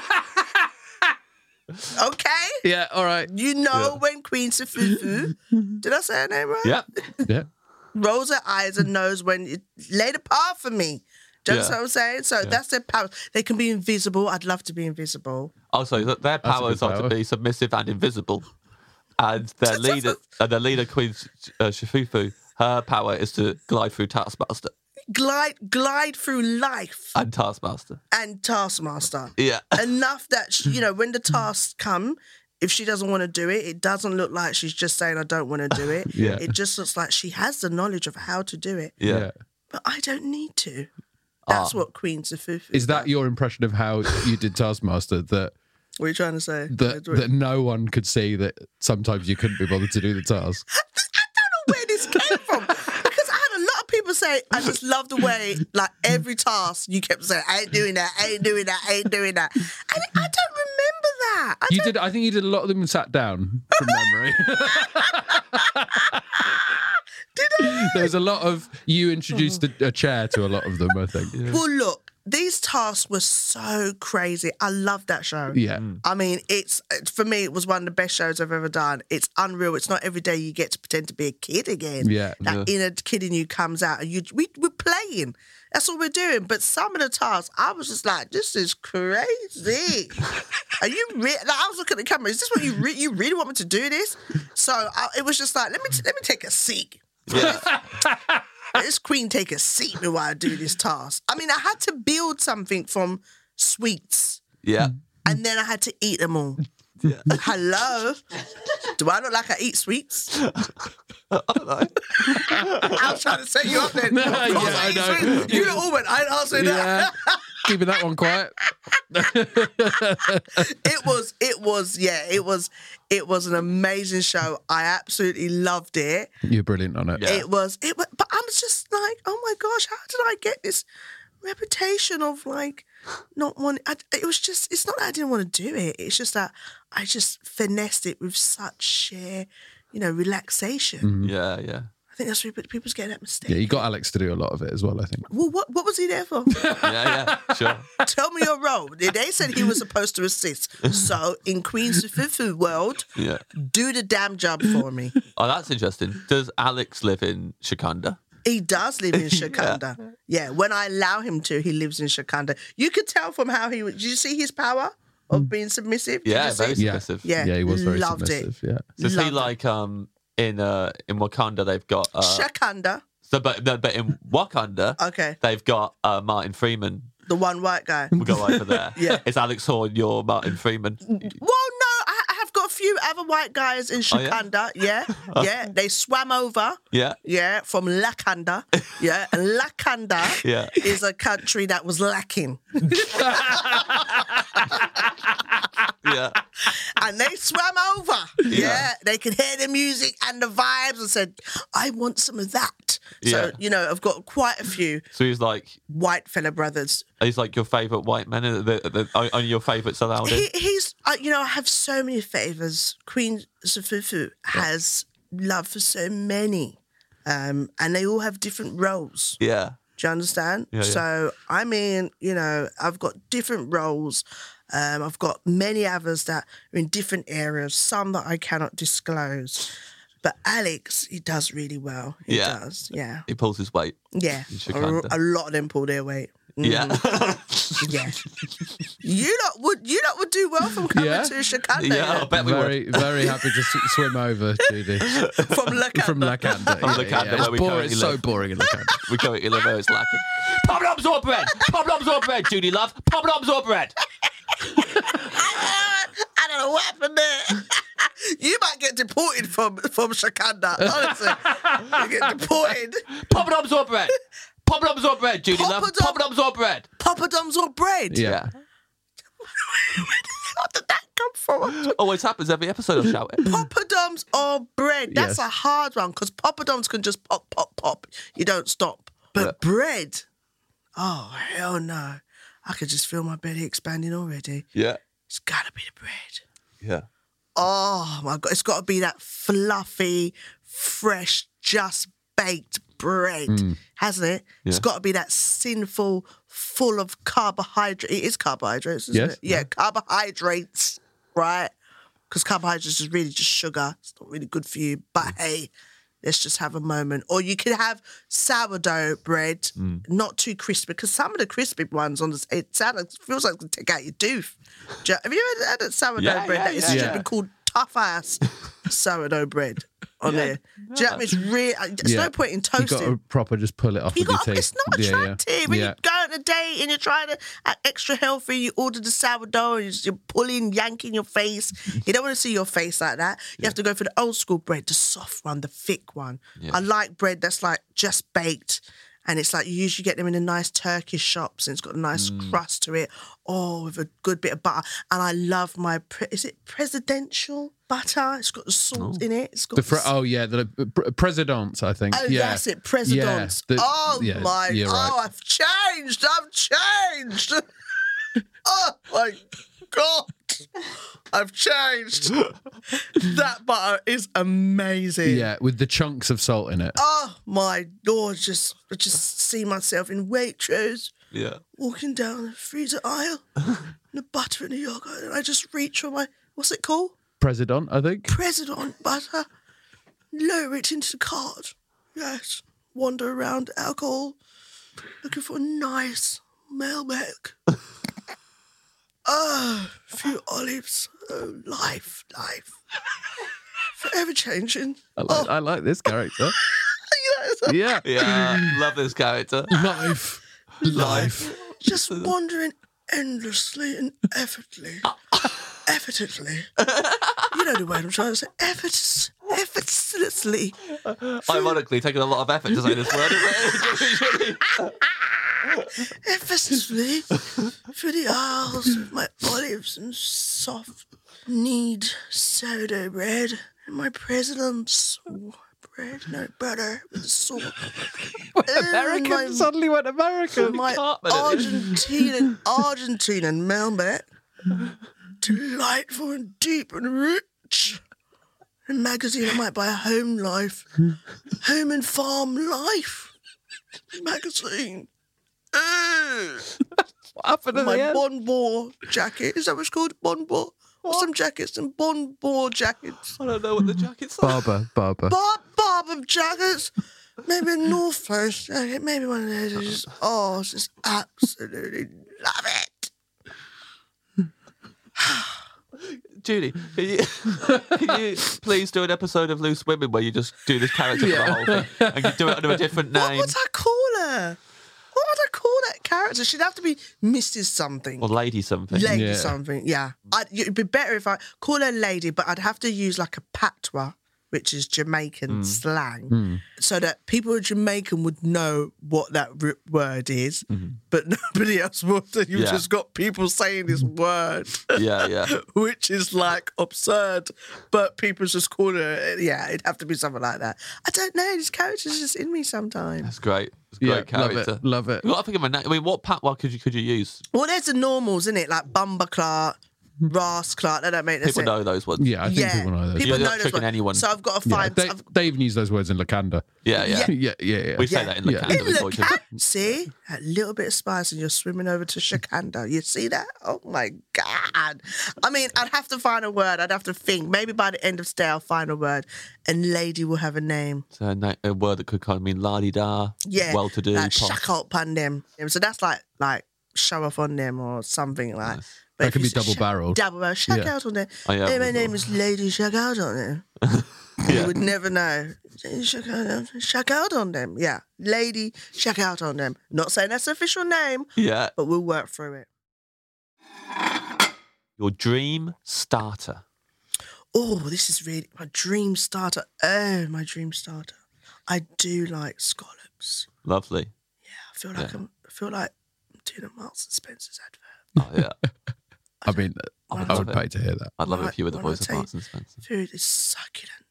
S4: okay?
S2: Yeah, all right.
S4: You know when Queen Sufufu, did I say her name right?
S3: [LAUGHS] Yeah.
S2: Yeah.
S4: rolls her eyes and knows when you lay the path for me. Do you
S3: Yeah.
S4: understand what I'm saying? So that's their power. They can be invisible. I'd love to be invisible.
S3: Also, th- Oh, their powers are
S2: power.
S3: to be submissive and invisible.
S4: [LAUGHS]
S3: And their leader, and their leader Queen Sh- uh, Shifufu, her power is to glide through Taskmaster
S4: Glide, glide through life
S3: and Taskmaster.
S4: and Taskmaster.
S3: Yeah.
S4: Enough that she, you know when
S3: [LAUGHS]
S4: the tasks come. If she doesn't want to do it, it doesn't look like she's just saying I don't want to do it.
S3: [LAUGHS] Yeah.
S4: It just looks like she has the knowledge of how to do it,
S3: Yeah. Ah.
S4: but I don't need to. That's what Queen Sufufu.
S2: Is that your impression of how you did Taskmaster? That
S4: What are you trying to say?
S2: that that no one could see that sometimes you couldn't be bothered to do the task.
S4: [LAUGHS] know where this came from because I had a lot of people say I just love the way like every task you kept saying I ain't doing that, I ain't doing that, I ain't doing that, and I don't remember that. I
S2: You did. I think you did a lot of them sat
S4: [LAUGHS]
S2: down from memory.
S4: did I?
S2: There's a lot of you introduced a, a chair to a lot of them. I think.
S4: Well, look, these tasks were so crazy. I love that show.
S2: Yeah.
S4: I mean, it's for me. It was one of the best shows I've ever done. It's unreal. It's not every day you get to pretend to be a kid again.
S2: Yeah.
S4: that inner kid in you comes out, and you we we're playing. That's what we're doing. But some of the tasks, I was just like, this is
S2: [LAUGHS]
S4: crazy. Are you? Re-? Like, I was looking at the camera. Is this what you re- you really want me to do this? So I, it was just like, let me t- let me take a seat. Let this queen take a seat while I do this task. I mean, I had to build something from sweets
S3: Yeah.
S4: and then I had to eat them all. Hello, do I look like I eat sweets? I was trying to set you up then.
S2: No,
S4: Of course
S2: [LAUGHS] yeah,
S4: I
S2: I
S4: eat
S2: know.
S4: sweets. You all went. I ain't [LAUGHS] answering that.
S2: Yeah. Keeping that one quiet.
S4: It was. It was. Yeah. It was. It was an amazing show. I absolutely loved it.
S2: You're brilliant on it.
S3: Yeah.
S4: It was. It. Was, but I'm just like, oh my gosh, how did I get this reputation of like not wanting? I, it was just. It's not that I didn't want to do it. It's just that I just finessed it with such sheer, you know, relaxation.
S3: Yeah. Yeah.
S4: I think that's where people's getting that mistake.
S2: Yeah, you got Alex to do a lot of it as well. I think.
S4: Well, what what was he there for?
S3: Yeah. Yeah. Sure.
S4: Tell me your role. They said he was supposed to assist. So in Queen Sufufu world,
S3: Yeah.
S4: do the damn job for me.
S3: Oh, that's interesting. Does Alex live in Shikanda?
S4: He
S3: [LAUGHS]
S4: does live in Shakanda. yeah. when I allow him to, he lives in Shakanda. You could tell from how he. Did you see his power of being submissive?
S3: Mm.
S4: Did
S3: Yeah.
S4: you see?
S3: Very
S2: Yeah.
S3: submissive.
S4: yeah,
S2: Yeah, he was very
S4: loved
S2: submissive.
S3: So is he
S4: Love it.
S3: like um in uh in Wakanda they've got uh
S4: it. Shakanda,
S3: so, but, no, but in Wakanda
S4: [LAUGHS] Okay.
S3: they've got uh Martin Freeman.
S4: the one white guy.
S3: We'll go over there.
S4: [LAUGHS] Yeah.
S3: It's Alex Horn, you're Martin
S4: [LAUGHS]
S3: Freeman.
S4: Well, no, I, I have got a few other white guys in
S3: Oh, yeah?
S4: Shakanda.
S3: [LAUGHS]
S4: yeah, yeah, They swam over.
S3: Yeah.
S4: Yeah, from Lakanda.
S3: [LAUGHS]
S4: Yeah, and Lakanda
S3: Yeah.
S4: is a country that was lacking.
S3: Yeah.
S4: And they swam over. Yeah. they could hear the music and the vibes and said, I want some of that.
S3: Yeah.
S4: So, you know, I've got quite a few
S3: So he's like
S4: white fella brothers.
S3: he's like your favourite white man and the, the, o- only your favourites allowed in.
S4: He, he's, uh, you know, I have so many favors. Queen Sufufu has love for so many. Um, and they all have different roles.
S3: Yeah.
S4: Do you understand?
S3: Yeah, yeah.
S4: So I mean, you know, I've got different roles. Um, I've got many others that are in different areas, some that I cannot disclose. But Alex, he does really well. He
S3: Yeah.
S4: does. Yeah.
S3: He pulls his weight.
S4: Yeah. A,
S3: Shikanda.
S4: a lot of them pull their weight. Mm,
S3: Yeah.
S4: [LAUGHS] Yeah. you lot would you lot would do well from coming
S2: Yeah.
S4: to
S3: [LAUGHS]
S4: Chicago.
S3: Yeah, I
S4: Yeah.
S3: bet we
S2: very, very happy to s- swim over,
S3: [LAUGHS]
S2: Judy. [LAUGHS]
S4: From Lacanda.
S2: From Lacanda.
S3: From Lacanda, where
S2: It's,
S3: we
S2: boring.
S3: currently
S2: it's so
S3: live.
S2: boring in
S4: [LAUGHS]
S2: Lacanda.
S3: we go to Illinois, it's lacking. Pop noms or bread? Pop noms or bread, Judy love? Pop noms or bread?
S4: I don't know what happened there. [LAUGHS] you might get deported from from Shakanda, honestly.
S2: [LAUGHS]
S4: you get deported.
S3: Pop noms or bread? Pop noms or bread, Judy
S4: Pop
S3: love?
S4: noms-
S3: Pop noms or bread?
S4: Poppadoms or bread?
S2: Yeah.
S4: Where did that come
S3: [GASPS]
S4: from?
S3: Always happens every episode of Shout It.
S4: Poppadoms or bread? That's
S2: Yes.
S4: a hard one because poppadoms can just pop, pop, pop. You don't stop. But bread? Oh, hell no. I could just feel my belly expanding already.
S3: Yeah.
S4: It's got to be the bread.
S3: Yeah.
S4: Oh my god, it's got to be that fluffy, fresh, just baked bread, hasn't it?
S3: Mm. Yeah.
S4: It's got to be that sinful, full of carbohydrate. It is carbohydrates, isn't
S2: Yes.
S4: it? Yeah, carbohydrates, right? Because carbohydrates is really just sugar. It's not really good for you. But
S3: Mm.
S4: hey, let's just have a moment. Or you could have sourdough bread,
S3: Mm.
S4: not too crispy, because some of the crispy ones on this, it sounds it feels like it's gonna take out your tooth. Do you- Have you ever had a sourdough
S3: Yeah,
S4: bread
S3: yeah,
S4: that is
S3: yeah.
S4: stupid called tough ass [LAUGHS] sourdough bread on there? Do you know what I mean? It's really, there's
S2: Yeah.
S4: no point in
S2: you got
S4: toasting.
S2: to proper just pull it off
S4: You
S2: with
S4: got
S2: your teeth.
S4: it's not attractive. When
S2: Yeah,
S4: you go on a date and you're trying to act extra healthy, you order the sourdough, and you're you're pulling, yanking
S2: [LAUGHS]
S4: your face. You don't want to see your face like that. You have to go for the old school bread, the soft one, the thick one. I like bread that's like just baked. And it's like you usually get them in the nice Turkish shops, and it's got a nice
S2: Mm.
S4: crust to it, oh, with a good bit of butter. And I love my pre- is it presidential butter? It's got the salt in it. It's got
S2: The fr-
S4: s-
S2: oh yeah, the pre- presidents. I think.
S4: Oh,
S2: yeah.
S4: that's it, presidents.
S2: Yeah, the-
S4: oh
S2: yeah,
S4: my!
S2: yeah, right.
S4: Oh, I've changed. I've changed. [LAUGHS] oh my god, I've changed. that butter is amazing.
S2: Yeah, with the chunks of salt in it.
S4: Oh my lord, just I just see myself in Waitrose
S3: Yeah.
S4: walking down the freezer
S2: [LAUGHS]
S4: aisle, the butter and the yogurt, and I just reach for my what's it called?
S2: President, I think.
S4: president butter, lower it into the cart. Yes, wander around alcohol, looking for a nice mailbag. [LAUGHS] Ah, a few olives. Oh, life, life. Forever changing.
S2: I like, I like this
S4: [LAUGHS]
S2: character. yeah.
S3: Yeah. Love this character.
S2: Life. Life.
S4: Just wandering endlessly and effortlessly. Effortlessly. You know the word I'm trying to say. Effortless, effortlessly.
S3: Ironically, taking a lot of effort to say this word. [LAUGHS] isn't it?
S4: effortlessly through the aisles of my olives and soft knead sourdough bread and my president's bread, no butter with salt. American my,
S2: Suddenly went American.
S4: my
S3: Cartman.
S4: Argentinian Argentinian mailbag. Delightful and deep and rich. A magazine I might buy a home life. Home and farm life magazine. Ugh my bon bor jacket. Is that what it's called? Bon bor. Some jackets and bon bor jackets.
S3: I don't know what the jacket's like.
S2: Barber. Barber.
S4: Bob Bob of jackets. Maybe a North Face jacket. Maybe one of those. It's Just, oh, I just absolutely love it.
S3: Judy, can you, can you please do an episode of Loose Women where you just do this character for the whole thing and you do it under a different
S4: What
S3: name?
S4: would I call her? What would I call that character? She'd have to be Mrs. Something.
S3: Or lady something.
S4: Lady
S2: Yeah.
S4: something, yeah. I'd, it'd be better if I call her lady, but I'd have to use like a patois, which is Jamaican
S3: Mm.
S4: slang, so that people in Jamaican would know what that r- word is, but [LAUGHS] nobody else would. And you've
S3: Mm-hmm. Yeah.
S4: just got people saying this word,
S3: yeah, yeah.
S4: [LAUGHS] which is like absurd, but people just call it. Yeah, it'd have to be something like that. I don't know. This character's just in me sometimes.
S3: It's great. It's a
S2: Yeah.
S3: great
S2: Love
S3: character.
S2: it. Love it.
S3: You've got to think of a name. I mean, what patois could you could you use?
S4: Well, there's the normals, isn't it? Like bumba clark, Ross, Clark. They don't make this.
S3: Mm-hmm. People know those ones.
S2: Yeah, I think
S4: yeah,
S2: people know those.
S3: People- You're not
S4: those
S3: tricking
S4: ones.
S3: anyone.
S4: So I've got to
S2: yeah,
S4: find.
S2: they,
S4: I've-
S2: they even use those words in Lacanda.
S3: Yeah, yeah.
S2: [LAUGHS] yeah, yeah, yeah.
S3: We say
S4: Yeah.
S3: that in the
S2: Yeah.
S3: calendar.
S4: It
S3: we
S4: look-
S3: talk to-
S4: [LAUGHS] see that little bit of spice, and you're swimming over to Shikanda. You see that? Oh my god! I mean, I'd have to find a word. I'd have to think. Maybe by the end of today, I'll find a word, and lady will have a name.
S3: So a, na- a word that could kind of mean la di da,
S4: Yeah,
S3: well to do,
S4: like shack up on them. So that's like like show off on them or something like. But
S2: That
S4: if
S2: could
S4: you
S2: be
S4: say
S2: double
S4: shack-
S2: barrelled.
S4: Double barrel. Shack
S2: Yeah.
S4: out on them.
S3: I am
S4: hey, my
S3: as
S4: name
S3: well.
S4: is Lady Shack out on them. You would never know. Lady Shack out on them. Shack out on them. Yeah, lady shack out on them. Not saying that's the official name,
S3: yeah.
S4: but we'll work through it.
S3: Your dream starter.
S4: Oh, this is really my dream starter. Oh, my dream starter. I do like scallops.
S3: Lovely.
S4: Yeah, I feel like
S3: Yeah.
S4: I'm. I feel like I'm doing a Marks and Spencer's advert.
S3: Oh, yeah.
S2: I mean,
S3: I
S2: I
S3: love
S2: would
S3: it.
S2: pay to hear that.
S3: I'd love it if you were the
S4: When I-
S3: voice of
S4: when I
S3: Marks
S2: [LAUGHS]
S3: and Spencer.
S4: Food is succulent.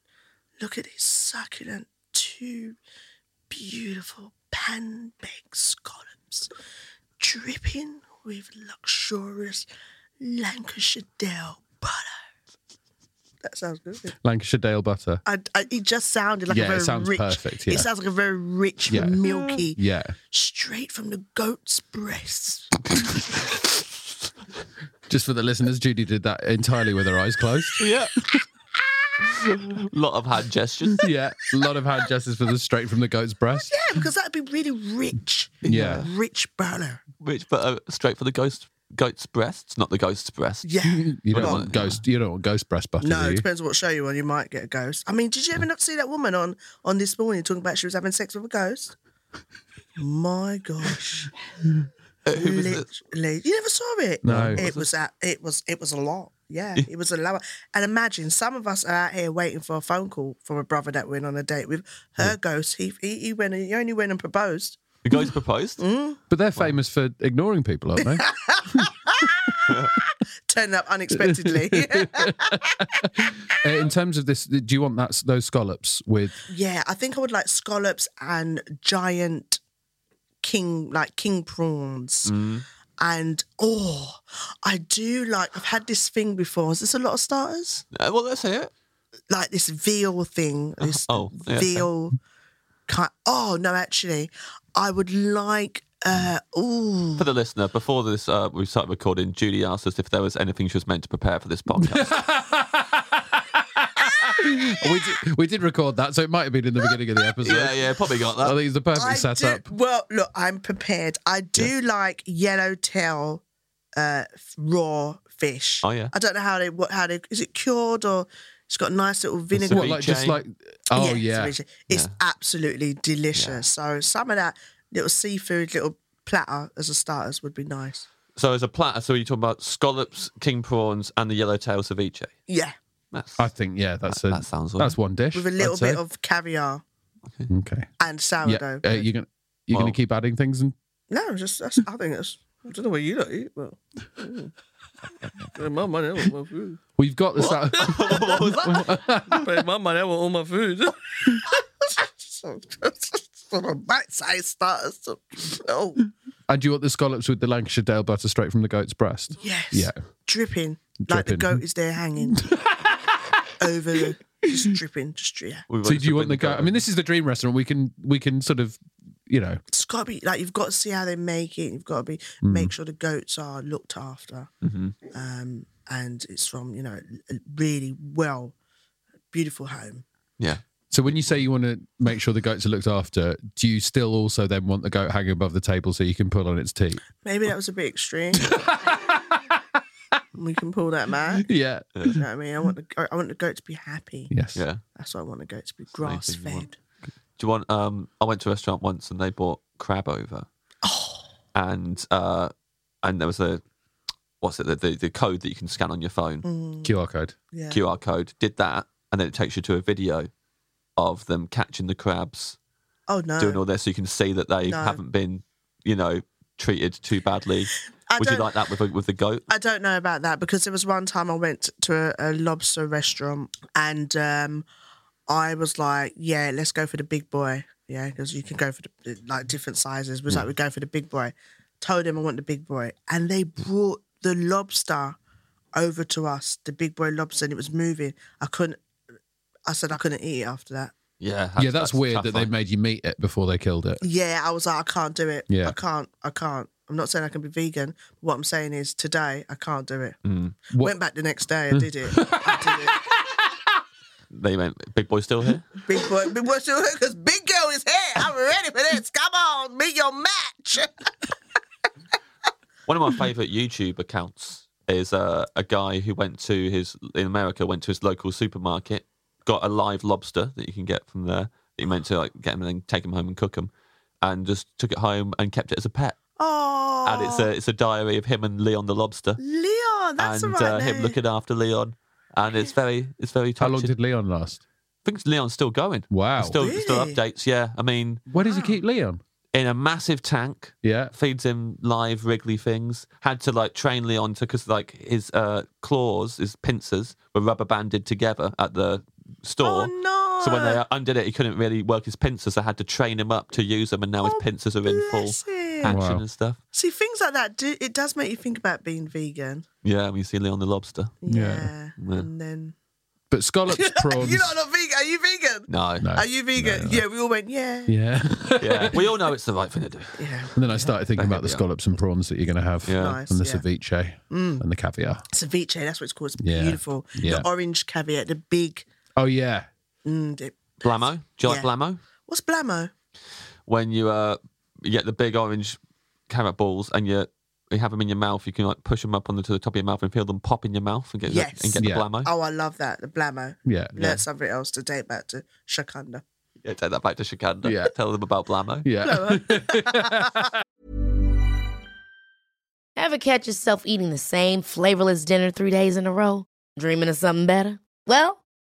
S4: Look at these succulent, two beautiful pan baked scallops, dripping with luxurious Lancashire Dale butter. That sounds good.
S2: Lancashire Dale butter.
S4: I, I, it just sounded like
S2: Yeah, it
S4: a very
S2: sounds
S4: rich.
S2: perfect, yeah.
S4: It sounds like a very rich,
S2: Yeah.
S4: milky,
S2: Yeah.
S4: straight from the goat's breast.
S2: Just for the listeners, Judy did that entirely with her eyes
S3: [LAUGHS]
S2: closed.
S3: Yeah. Lot of hand gestures.
S2: Yeah. A lot of hand gestures for the straight from the goat's breast.
S4: Yeah, because that'd be really rich,
S2: Yeah.
S4: rich butter.
S3: Which, but uh, straight for the ghost goat's breasts, not the ghost's breast.
S4: Yeah.
S2: You don't
S3: Well,
S2: want ghost. You don't want ghost breast butter,
S4: No,
S2: do
S4: it
S2: you?
S4: depends what show you're on. You might get a ghost. I mean, did you ever not see that woman on on this morning talking about she was having sex with a ghost? My gosh,
S3: Uh, who was it?
S4: Literally- you never saw it.
S2: No.
S4: it was that. It was it was a lot. Yeah, it was a lot. And imagine some of us are out here waiting for a phone call from a brother that went on a date with her ghost. He, he he went. He only went and proposed.
S3: The ghost proposed.
S4: Mm.
S3: Uh,
S2: But they're famous for ignoring people, aren't
S3: [LAUGHS]
S2: they?
S4: Turned up unexpectedly.
S2: Uh, In terms of this, do you want that those scallops with?
S4: yeah, I think I would like scallops and giant king like king prawns.
S3: Mm.
S4: And oh, I do like. I've had this thing before. Is this a lot of starters?
S3: Uh, well, let's hear it.
S4: Like this
S3: [LAUGHS]
S4: veal thing. This
S3: oh, yeah,
S4: veal. Kind, oh no, actually, I would like. Uh, ooh,
S3: For the listener, before this, uh, we started recording. Judy asked us if there was anything she was meant to
S2: [LAUGHS]
S3: prepare for this podcast.
S2: We did, we did record that, so it might have been in the beginning of the episode.
S3: yeah, yeah, probably got
S2: I
S3: that.
S2: think it's the perfect
S4: I
S2: setup.
S4: do. Well, look, I'm prepared. I do like yellowtail, uh, f- raw fish.
S3: Oh, yeah.
S4: I don't know how they what how they is it cured or it's got nice little vinegar.
S2: What, like just
S3: Ceviche.
S2: like? Oh
S4: it's
S2: yeah,
S4: delicious. It's absolutely delicious. So some of that little seafood, little platter as a starters would be nice.
S3: So, as a platter, so you're talking about scallops, king prawns, and the yellowtail ceviche.
S4: Yeah,
S3: That's,
S2: I think yeah. That's a
S3: that sounds all
S2: that's one dish.
S4: with a
S2: I'd
S4: little
S2: say.
S4: bit of caviar
S2: okay.
S4: and sourdough.
S2: Yeah, uh, you're gonna you're
S3: Well-
S2: gonna keep adding things and
S4: No, just that's, I think that's. I don't know what you don't eat, but. mm. Pay my money, I want my food.
S2: we've got this out.
S3: [LAUGHS]
S4: Pay my money, I want all my food. so, so my bite-sized starters. to- Oh,
S2: and do you want the scallops with the Lancashire Dale butter straight from the goat's breast?
S4: yes.
S2: Yeah.
S4: dripping, like the
S2: Dripping.
S4: goat is there hanging
S3: [LAUGHS]
S4: over the just dripping, just yeah.
S2: So
S3: We wanted
S2: do
S3: to
S2: you want the
S3: bring
S2: goat? I mean, this is the dream restaurant. We can we can sort of you know
S4: It's got to be like you've got to see how they make it. You've got to be
S3: Mm.
S4: make sure the goats are looked after,
S3: Mhm.
S4: um, and it's from you know a really well, beautiful home.
S3: Yeah.
S2: So when you say you want to make sure the goats are looked after, do you still also then want the goat hanging above the table so you can pull on its teeth?
S4: Maybe that was a bit extreme. we can pull
S3: [LAUGHS]
S4: that back.
S2: Yeah.
S4: You know what I mean? I want the goat- I want the goat to be happy.
S2: Yes.
S3: Yeah.
S4: That's what I want the goat to be
S3: the main
S4: grass
S3: thing you want.
S4: fed.
S3: Do you want? Um, I went to a restaurant once and they brought crab over,
S2: Oh.
S3: and uh, and there was a what's it the, the the code that you can scan on your phone
S2: QR code.
S4: Mm, Yeah.
S3: QR code. Did that, and then it takes you to a video of them catching the crabs,
S4: Oh no!
S3: doing all this, so you can see that they
S4: No.
S3: haven't been, you know, treated too badly.
S4: I
S3: Would you
S4: don't-
S3: like that with a- with the goat?
S4: I don't know about that because there was one time I went to a, a lobster restaurant and um, I was like, yeah, let's go for the big boy. Yeah, because you can go for the, like different sizes. was like, we go for the big boy. Told him I want the big boy. And they brought the lobster over to us, the big boy lobster, and it was moving. I couldn't. I said I couldn't eat it after that.
S3: Yeah,
S2: yeah, that's,
S3: a
S2: weird
S3: tough
S2: that they
S3: one.
S2: made you meet it before they killed it.
S4: Yeah, I was like, I can't do it.
S2: Yeah.
S4: I can't. I can't. I'm not saying I can be vegan. What I'm saying is today I can't do it.
S3: Mm.
S2: What-
S4: Went back the next day. I did it.
S3: [LAUGHS]
S4: I
S3: They went, big boy
S2: [LAUGHS]
S3: still here.
S4: did it. Big boy, big boy, because big girl is here. I'm ready for this. Come on, meet your match.
S3: One of my favorite YouTube accounts is uh, a guy who went to his in America went to his local supermarket, got a live lobster that you can get from there. That you meant to like get him and then take him home and cook him, and just took it home and kept it as a pet.
S4: Oh,
S3: And it's a it's a diary of him and Leon the lobster,
S4: Leon. That's
S3: and
S4: the right
S3: uh, him
S4: name.
S3: looking after Leon. And it's very it's very
S2: How
S3: touching.
S2: long did Leon last?
S3: I think Leon's still going.
S2: Wow.
S3: Still still
S4: Really?
S3: updates. Yeah, I mean,
S2: Where does he keep Leon?
S3: in a massive tank.
S2: Yeah.
S3: feeds him live wriggly things. Had to like train Leon to because like his uh, claws, his pincers were rubber banded together at the store.
S4: Oh no.
S3: So when they undid it, he couldn't really work his pincers. I had to train him up to use them, and now his
S4: Oh,
S3: pincers are in full
S4: bless him.
S3: action
S2: Wow.
S3: and stuff.
S4: See things like that. Do, it does make you think about being vegan.
S3: Yeah, we see Leon the lobster.
S4: Yeah.
S3: Yeah.
S4: And then
S2: But
S3: [LAUGHS]
S2: scallops, prawns.
S4: you're not vegan. Are you vegan?
S3: No,
S2: No.
S4: Are you vegan? Yeah, we all went. Yeah.
S2: Yeah.
S3: [LAUGHS] yeah, we all know it's the right thing to do.
S4: Yeah.
S2: And then I started thinking about the scallops and prawns that you're going to have,
S3: Yeah.
S4: Nice,
S2: and the
S4: yeah. Mm.
S2: ceviche and the caviar.
S4: Ceviche. That's what it's called. It's
S2: Yeah.
S4: beautiful.
S2: Yeah.
S4: The orange caviar. The big.
S2: Oh yeah,
S4: Mm, it-
S3: Blamo, do you like
S4: Yeah.
S3: blamo?
S4: what's blamo?
S3: When you uh, you get the big orange carrot balls and you. You have them in your mouth. You can like push them up onto the top of your mouth and feel them pop in your mouth and get
S4: Yes.
S3: and get the
S2: Yeah.
S3: blamo.
S4: Oh, I love that. The blamo.
S2: yeah.
S4: Learned something else to date back to Shakanda.
S3: Yeah, take that back to Shikanda.
S2: Yeah.
S3: Tell them about Blamo.
S4: uh.
S2: Yeah.
S5: Ever catch yourself eating the same flavorless dinner three days in a row? Dreaming of something better? Well,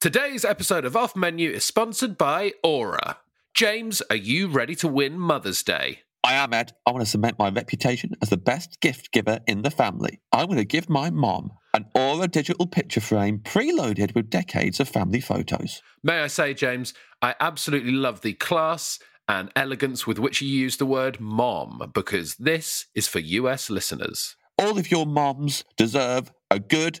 S2: Today's episode of Off Menu is sponsored by Aura. James, are you ready to win Mother's Day?
S3: I am Ed. I want to cement my reputation as the best gift giver in the family. I'm going to give my mom an Aura digital picture frame preloaded with decades of family photos.
S2: May I say, James, I absolutely love the class and elegance with which you use the word mom because this is for US listeners.
S3: All of your moms deserve a good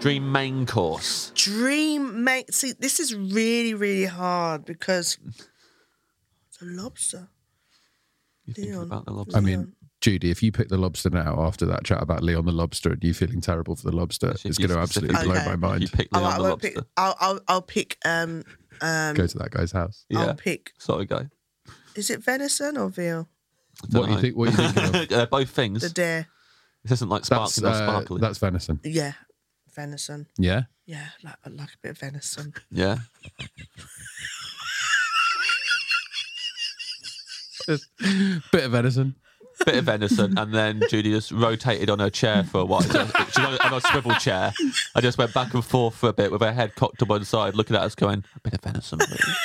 S3: Dream main course.
S4: Dream mate. See, this is really, really hard because the lobster.
S3: You're thinking
S4: Leon.
S3: about the lobster.
S2: I mean, Judy, if you pick the lobster now after that chat about Leon the lobster and you feeling terrible for the lobster,
S3: If
S2: it's
S3: you
S2: going to absolutely blow
S3: specifically-
S4: Okay.
S2: my
S3: You
S2: mind.
S3: pick
S4: Oh,
S3: Leon
S4: I
S3: the
S4: won't
S3: lobster.
S4: pick. I'll, I'll, I'll pick. Um, um,
S2: Go to that guy's house.
S3: Yeah.
S4: I'll pick.
S3: Sorry, guy.
S4: Is it venison or veal?
S2: What do you think? What do you think?
S3: [LAUGHS]
S2: of?
S3: They're both things.
S4: The dare.
S3: This isn't like
S2: That's
S3: sparkling or
S2: uh,
S3: sparkling.
S2: that's venison.
S4: Yeah, venison.
S2: Yeah.
S4: Yeah, like, I
S2: [LAUGHS]
S4: like a bit of venison.
S3: Yeah.
S2: Just bit of venison.
S3: bit of venison, and then Judy just rotated on her chair for a while. She was she was on a swivel chair. I just went back and forth for a bit with her head cocked to one side, looking at us, going, "A bit of venison,
S2: [LAUGHS]
S3: please."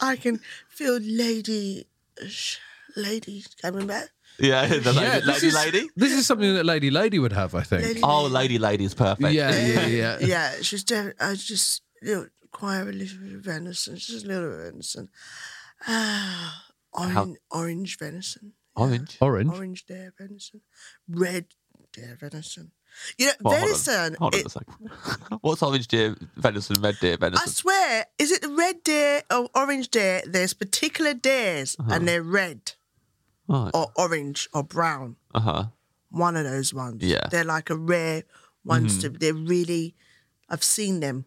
S4: I can feel lady, sh- lady coming back.
S3: Yeah, the lady,
S2: this
S3: lady,
S2: is,
S3: lady.
S2: This is something that Lady Lady would have, I think.
S4: Lady-
S3: Oh, lady, lady is perfect.
S2: Yeah, yeah, yeah.
S4: Yeah, she's dead. I just you know, quite a little bit of venison, just a little bit of venison. Ah, orange, orange venison,
S3: orange.
S2: Orange.
S4: orange deer venison, red deer venison. You know,
S3: Well, hold on.
S4: venison.
S3: Hold on,
S4: it-
S3: a second. [LAUGHS] What's orange deer venison, red deer
S4: I
S3: venison?
S4: swear, is it the red deer or orange deer? There's particular deers, and they're red
S3: Uh-huh. Right.
S4: or orange or brown.
S3: Uh huh.
S4: one of those ones.
S3: Yeah. Mm-hmm.
S4: They're like a rare ones to they're really I've seen them.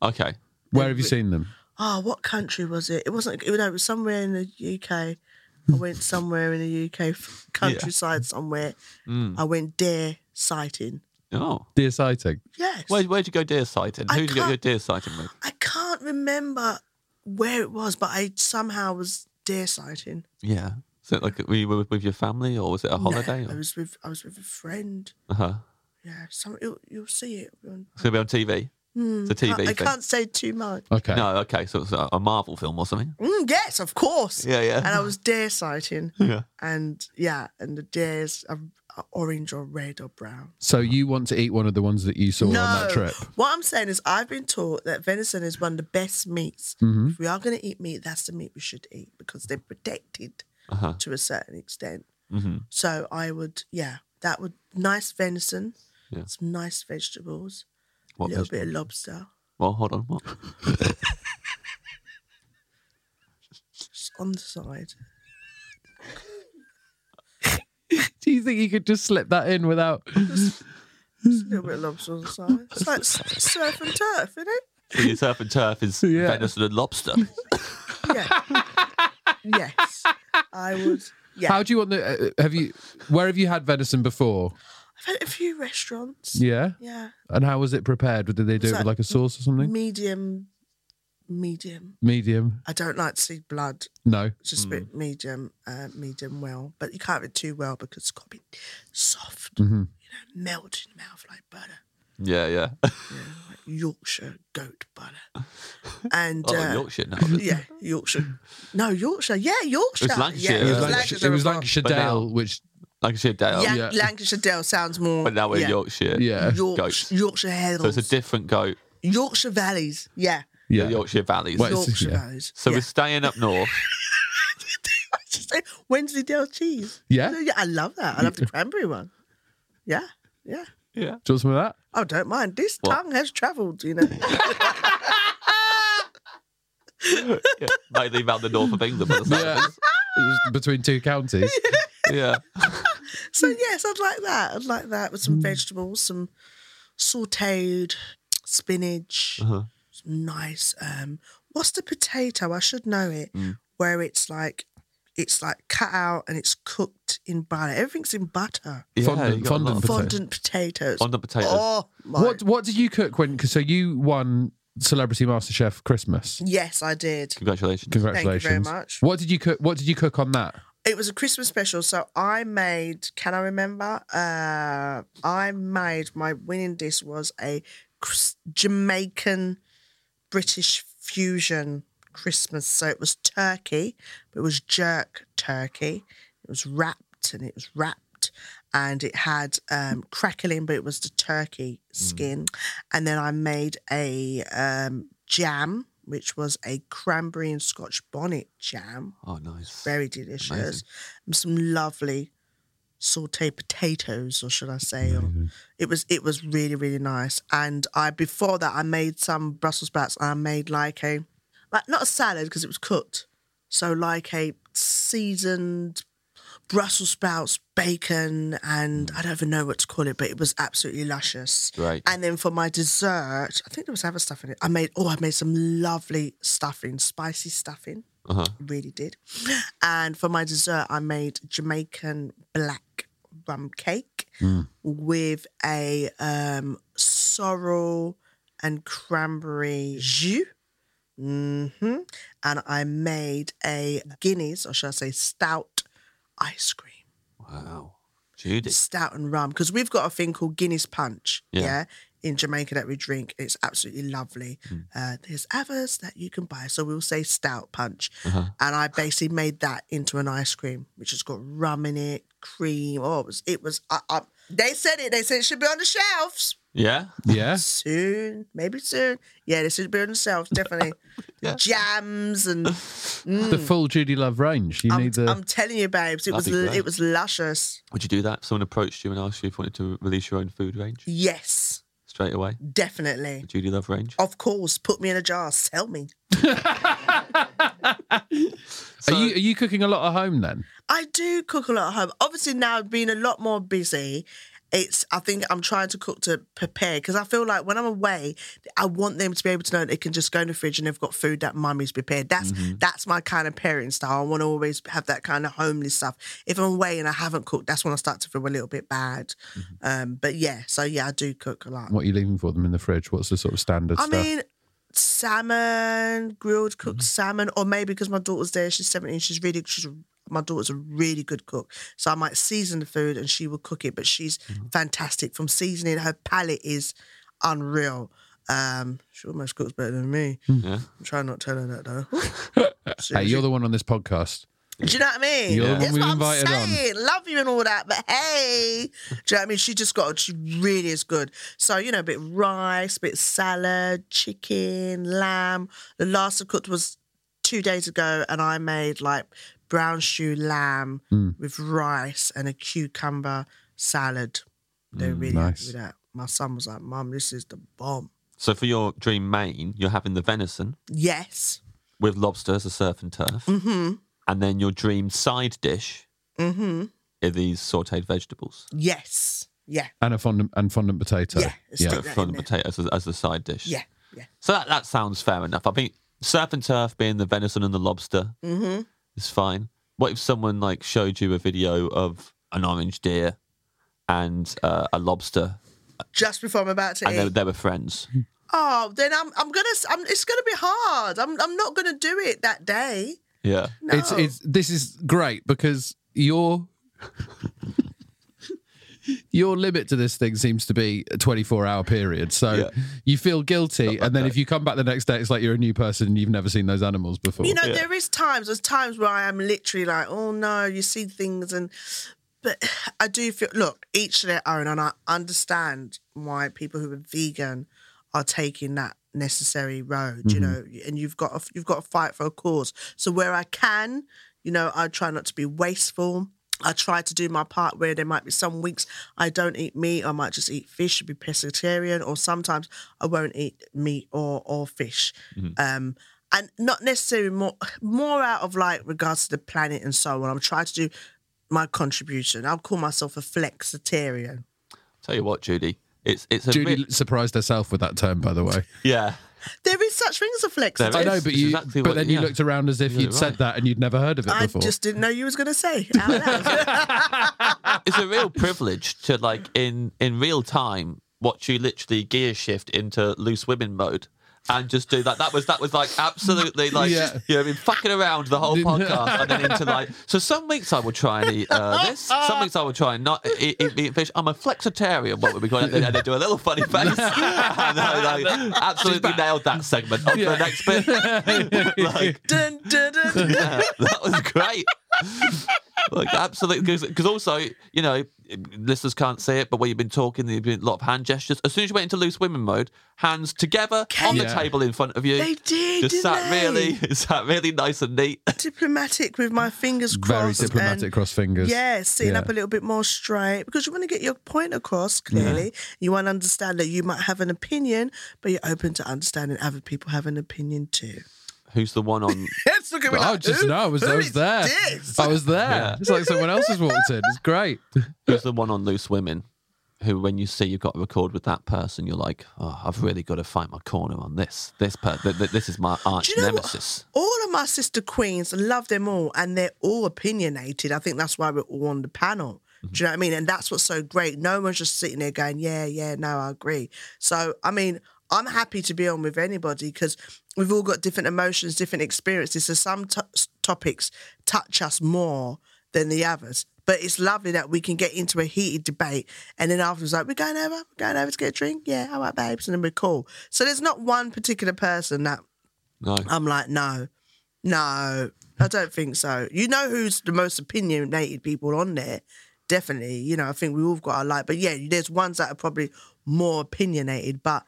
S3: Okay.
S2: Where have you seen them?
S4: Oh, what country was it? It wasn't it, no, it was somewhere in the UK. I
S3: [LAUGHS]
S4: went somewhere in the UK f- countryside somewhere.
S3: Mm.
S4: I went deer sighting.
S3: Oh,
S2: Deer sighting.
S4: Yes.
S3: where where'd you go deer sighting?
S4: I
S3: Who did you get
S4: can't-
S3: your deer sighting with?
S4: I can't remember where it was, but I somehow was deer sighting.
S3: Yeah. Is it like were you with, with your family or was it a holiday?
S4: I was with I was with a friend.
S3: Uh huh.
S4: Yeah. Some you'll, you'll see it.
S3: It's gonna be on TV. It's a TV
S4: I, I
S3: thing.
S4: can't say too much.
S2: Okay.
S3: No, okay, so it's a, a Marvel film or something.
S4: Mm, yes, of course.
S3: Yeah, yeah.
S4: And I was deer sighting.
S3: Yeah.
S4: and yeah, and the deers are, are orange or red or brown.
S2: So you want to eat one of the ones that you saw on that trip?
S4: What I'm saying is, I've been taught that venison is one of the best meats.
S3: Mm-hmm.
S4: If we are going to eat meat, that's the meat we should eat because they're protected
S3: Uh-huh.
S4: to a certain extent.
S3: Mm-hmm.
S4: So I would, yeah, that would nice venison,
S3: Yeah.
S4: some nice vegetables, a
S3: What
S4: little
S3: was-
S4: bit of lobster,
S3: Well, hold on. What?
S4: just on the side.
S2: Do you think you could just slip that in without?
S4: Just a little bit of lobster on the side. It's like s- surf and turf, isn't it?
S3: So your surf and turf is
S2: Yeah.
S3: venison and lobster.
S4: Yeah. yes, I would. Yeah,
S2: How do you want the? Uh, have you? Where have you had venison before?
S4: I've had a few restaurants.
S2: Yeah.
S4: Yeah.
S2: And how was it prepared? Did they do it
S4: So-
S2: with like a sauce or something?
S4: Medium. Medium.
S2: Medium.
S4: I don't like to see blood.
S2: No.
S4: It's just a
S3: Mm.
S4: bit medium, uh, medium well. But you can't have it too well because it's got to be soft,
S2: hmm
S4: you know, melt in your mouth like butter.
S3: Mm-hmm. yeah, yeah. Oh,
S4: You know,
S3: [LAUGHS]
S4: like Yorkshire goat butter. And uh,
S3: Oh, Yorkshire now. isn't it?
S4: [LAUGHS] yeah, Yorkshire. No, Yorkshire. Yeah, Yorkshire.
S3: Lancashire.
S4: Yeah,
S2: It
S3: It was
S2: was
S3: like-
S2: like it was
S4: above.
S2: Lancashire
S3: But now-
S2: Dale, which
S3: Lancashire Dale.
S4: Yeah,
S2: yeah.
S4: Lancashire Dale sounds more.
S3: But now we're
S4: yeah.
S3: Yorkshire.
S2: Yeah.
S3: goats.
S4: Yorkshire, Yorkshire
S3: So it's a
S4: Hills,
S3: different goat.
S4: Yorkshire Valleys. Yeah,
S3: Yeah.
S2: yeah.
S3: Yorkshire Valleys.
S2: Wait, it's-
S4: Yorkshire
S2: yeah.
S4: Valleys.
S3: so
S4: yeah.
S3: we're staying up north.
S4: I [LAUGHS] just say Wensleydale cheese.
S2: Yeah?
S4: yeah, I love that. I love the cranberry one. Yeah, yeah.
S3: yeah.
S2: Do you want some of that?
S4: Oh, don't mind. This
S3: What?
S4: tongue has
S3: [LAUGHS]
S4: travelled. You know.
S3: yeah. Mainly around the north of England. by the sound of [LAUGHS]
S2: Yeah. It was between two counties.
S3: it. yeah.
S4: so yes, I'd like that. I'd like that with some
S3: Mm.
S4: vegetables, some sautéed spinach,
S3: Uh-huh.
S4: some nice. Um, what's the potato? I should know it.
S3: Mm.
S4: Where it's like, it's like cut out and it's cooked in butter. Everything's in butter.
S3: Yeah,
S2: Fondant-
S3: you got a lot
S2: fondant
S3: of-
S2: potato.
S4: Fondant potatoes.
S3: Fondant potatoes.
S4: Oh my.
S2: What What did you cook when? 'cause So you won Celebrity MasterChef Christmas.
S4: Yes, I did.
S3: Congratulations.
S2: Congratulations.
S4: much.
S2: What did you cook? What did you cook on that?
S4: it was a Christmas special, so I made. Can I remember? Uh, I made my winning dish was a Jamaican British fusion Christmas. So it was turkey, but it was jerk turkey. It was wrapped and it was wrapped, and it had um, crackling, but it was the turkey skin. And then I made a um, jam, which was a cranberry and Scotch bonnet jam
S3: Oh, nice.
S4: very delicious. And some lovely sauteed potatoes, or should I say? Or, it was it was really really nice. And I before that I made some Brussels sprouts. I made like a like not a salad because it was cooked, so like a seasoned Brussels sprouts, bacon, and I don't even know what to call it, but it was absolutely luscious.
S3: Great.
S4: And then for my dessert, I think there was other stuff in it. I made oh I made some lovely stuffing, spicy stuffing
S3: Uh-huh.
S4: really did. And for my dessert, I made Jamaican black rum cake with a um, sorrel and cranberry jus. hmm and I made a Guinness, or should I say stout ice cream.
S3: Wow. Judy.
S4: Stout and rum. Because we've got a thing called Guinness Punch,
S3: Yeah.
S4: yeah, in Jamaica that we drink. It's absolutely lovely.
S3: Hmm.
S4: Uh, there's others that you can buy. So we'll say Stout Punch.
S3: Uh-huh.
S4: And I basically made that into an ice cream, which has got rum in it, cream. Oh, it was, it was I, I, they said it. They said it should be on the shelves
S3: Yeah.
S2: Yeah.
S4: soon, maybe soon. Yeah, they should be on the shelves, definitely.
S3: [LAUGHS] Yeah.
S4: Jams and
S6: The full Judy Love range. You
S4: I'm,
S6: need the.
S2: [LAUGHS]
S4: I'm telling you, babes, it
S3: That'd
S4: was
S3: be great.
S4: it was luscious.
S3: Would you do that? If someone approached you and asked you if you wanted to release your own food range
S4: Yes,
S3: straight away.
S4: definitely.
S3: The Judy Love range.
S4: Of course, put me in a jar, sell me.
S3: So-
S2: are you are you cooking a lot at home then?
S4: I do cook a lot at home. Obviously, now being a lot more busy, it's I think I'm trying to cook to prepare because I feel like when I'm away, I want them to be able to know that they can just go in the fridge and they've got food that mummy's prepared. That's that's my kind of parenting style. I want to always have that kind of homely stuff. If I'm away and I haven't cooked, that's when I start to feel a little bit bad. Um, but yeah, so yeah, I do cook a lot.
S2: What are you leaving for them in the fridge? What's the sort of standard
S4: I
S2: stuff? Mm-hmm.
S4: mean, salmon, grilled cooked salmon, or maybe because my daughter's there, she's 17, she's really, she's, my daughter's a really good cook. So I might season the food and she will cook it, but she's
S2: Mm-hmm.
S4: fantastic from seasoning. Her palate is unreal. Um, she almost cooks better than me.
S3: Yeah.
S4: I'm trying not to tell her
S2: [LAUGHS]
S4: that though.
S2: Hmm. hey, you're the one on this podcast.
S4: Do you know what I mean?
S2: You're the
S4: That's
S2: one
S4: what
S2: we invited on.
S4: I'm saying. Love you and all that, but hey, do you know what I mean? She just got. She really is good. So you know, a bit of rice, bit of salad, chicken, lamb. The last I cooked was two days ago, and I made like brown stew lamb
S2: Hmm.
S4: with rice and a cucumber salad. They were really
S2: Hmm, nice.
S4: happy with that. My son was like, "Mum, this is the bomb."
S3: So for your dream main, you're having the venison
S4: Yes.
S3: with lobster as a surf and turf.
S4: Mm-hmm.
S3: And then your dream side dish
S4: Mm-hmm.
S3: are these sauteed vegetables.
S4: Yes. Yeah.
S2: And a fondant and fondant potato.
S4: Yeah, it's
S2: yeah.
S4: Put that
S3: From
S4: in
S3: the
S4: there.
S3: potatoes as, as the side dish.
S4: Yeah. Yeah.
S3: So that, that sounds fair enough. I think surf and turf being the venison and the lobster
S4: Mm-hmm.
S3: is fine. What if someone like showed you a video of an orange deer and uh, a lobster
S4: Just before I'm about to
S3: and
S4: eat.
S3: they, they
S2: [LAUGHS]
S3: were friends?
S4: Oh, then I'm I'm gonna s- I'm, it's gonna be hard. I'm I'm not gonna do it that day.
S3: Yeah.
S4: No.
S2: It's it's this is great because your your limit to this thing seems to be a 24 hour period. So
S3: Yeah.
S2: you feel guilty and then if you come back the next day it's like you're a new person and you've never seen those animals before.
S4: you know
S3: yeah.
S4: there is times there's times where I am literally like, oh no, you see things and but [SIGHS] I do feel look each to their own, and I understand why people who are vegan are taking that necessary road. You know, and you've got to, you've got to fight for a cause. So where I can, you know, I try not to be wasteful. I try to do my part where there might be some weeks I don't eat meat. I might just eat fish, be pescatarian, or sometimes I won't eat meat or or fish. Um, and not necessarily more more out of like regards to the planet and so on. I'm trying to do my contribution. I'll call myself a flexitarian.
S3: Tell you what, Judy, it's it's a
S2: Judy
S3: bit-
S2: surprised herself with that term by the way.
S3: yeah.
S4: There is such things as flex.
S3: There
S2: I
S3: is.
S2: know, but
S3: It's
S2: you,
S3: exactly
S2: but
S3: what-
S2: then you
S3: yeah.
S2: looked around as if
S3: Yeah,
S2: you'd
S3: right.
S2: said that and you'd never heard of it
S4: I
S2: before.
S4: just didn't know you was gonna say. out loud.
S3: it's a real privilege to like in in real time watch you literally gear shift into loose women mode and just do that. That was that was like absolutely like
S2: Yeah.
S3: you know what I mean fucking around the whole
S2: Didn't- [LAUGHS]
S3: podcast and then into like so some weeks I will try and eat uh, this, some weeks I will try and not e-, eat, eat, eat fish. I'm a flexitarian, what would we call it? And they do a little
S2: [LAUGHS]
S3: funny face. [LAUGHS] and I, like, absolutely nailed that segment. On to the next
S2: [LAUGHS]
S3: bit. [LAUGHS] like,
S4: dun, dun, dun, dun.
S3: yeah, [LAUGHS] that was great. like absolutely, because also you know listeners can't see it, but when you've been talking, there've been a lot of hand gestures. As soon as you went into loose women mode, hands together on the
S2: Yeah.
S3: table in front of you.
S4: They did,
S3: Just
S4: didn't
S3: sat
S4: they?
S3: really, [LAUGHS] sat really nice and neat.
S4: Diplomatic with my fingers
S2: Very
S4: crossed.
S2: diplomatic
S4: and-
S2: cross fingers.
S4: Yeah, sitting
S2: Yeah.
S4: up a little bit more straight because you want to get your point across clearly. You want to understand that you might have an opinion, but you're open to understanding other people have an opinion too.
S3: Who's the one on?
S4: Let's look at me.
S2: I
S4: like,
S2: just
S4: who-
S2: know I was,
S4: who
S2: I was
S4: is
S2: there.
S4: this?
S2: I was there.
S3: Yeah.
S2: It's like someone else has walked in. It's great.
S3: Who's the one on loose women? Who, when you see you've got to record with that person, you're like, oh, I've really got to find my corner on this. This per- th- th- this is my arch
S4: Do you know what?
S3: nemesis.
S4: All of my sister queens love them all, and they're all opinionated. I think that's why we're all on the panel. Do you know what I mean? And that's what's so great. No one's just sitting there going, "Yeah, yeah, no, I agree." So, I mean, I'm happy to be on with anybody because we've all got different emotions, different experiences. So some t- topics touch us more than the others. But it's lovely that we can get into a heated debate and then afterwards, like, we're going over, we're going over to get a drink. Yeah, all right, babes. And then we're cool. So there's not one particular person that
S3: No.
S4: I'm like, no, no, I don't think so. You know who's the most opinionated people on there? Definitely. You know, I think we all got our like, but yeah, there's ones that are probably more opinionated, but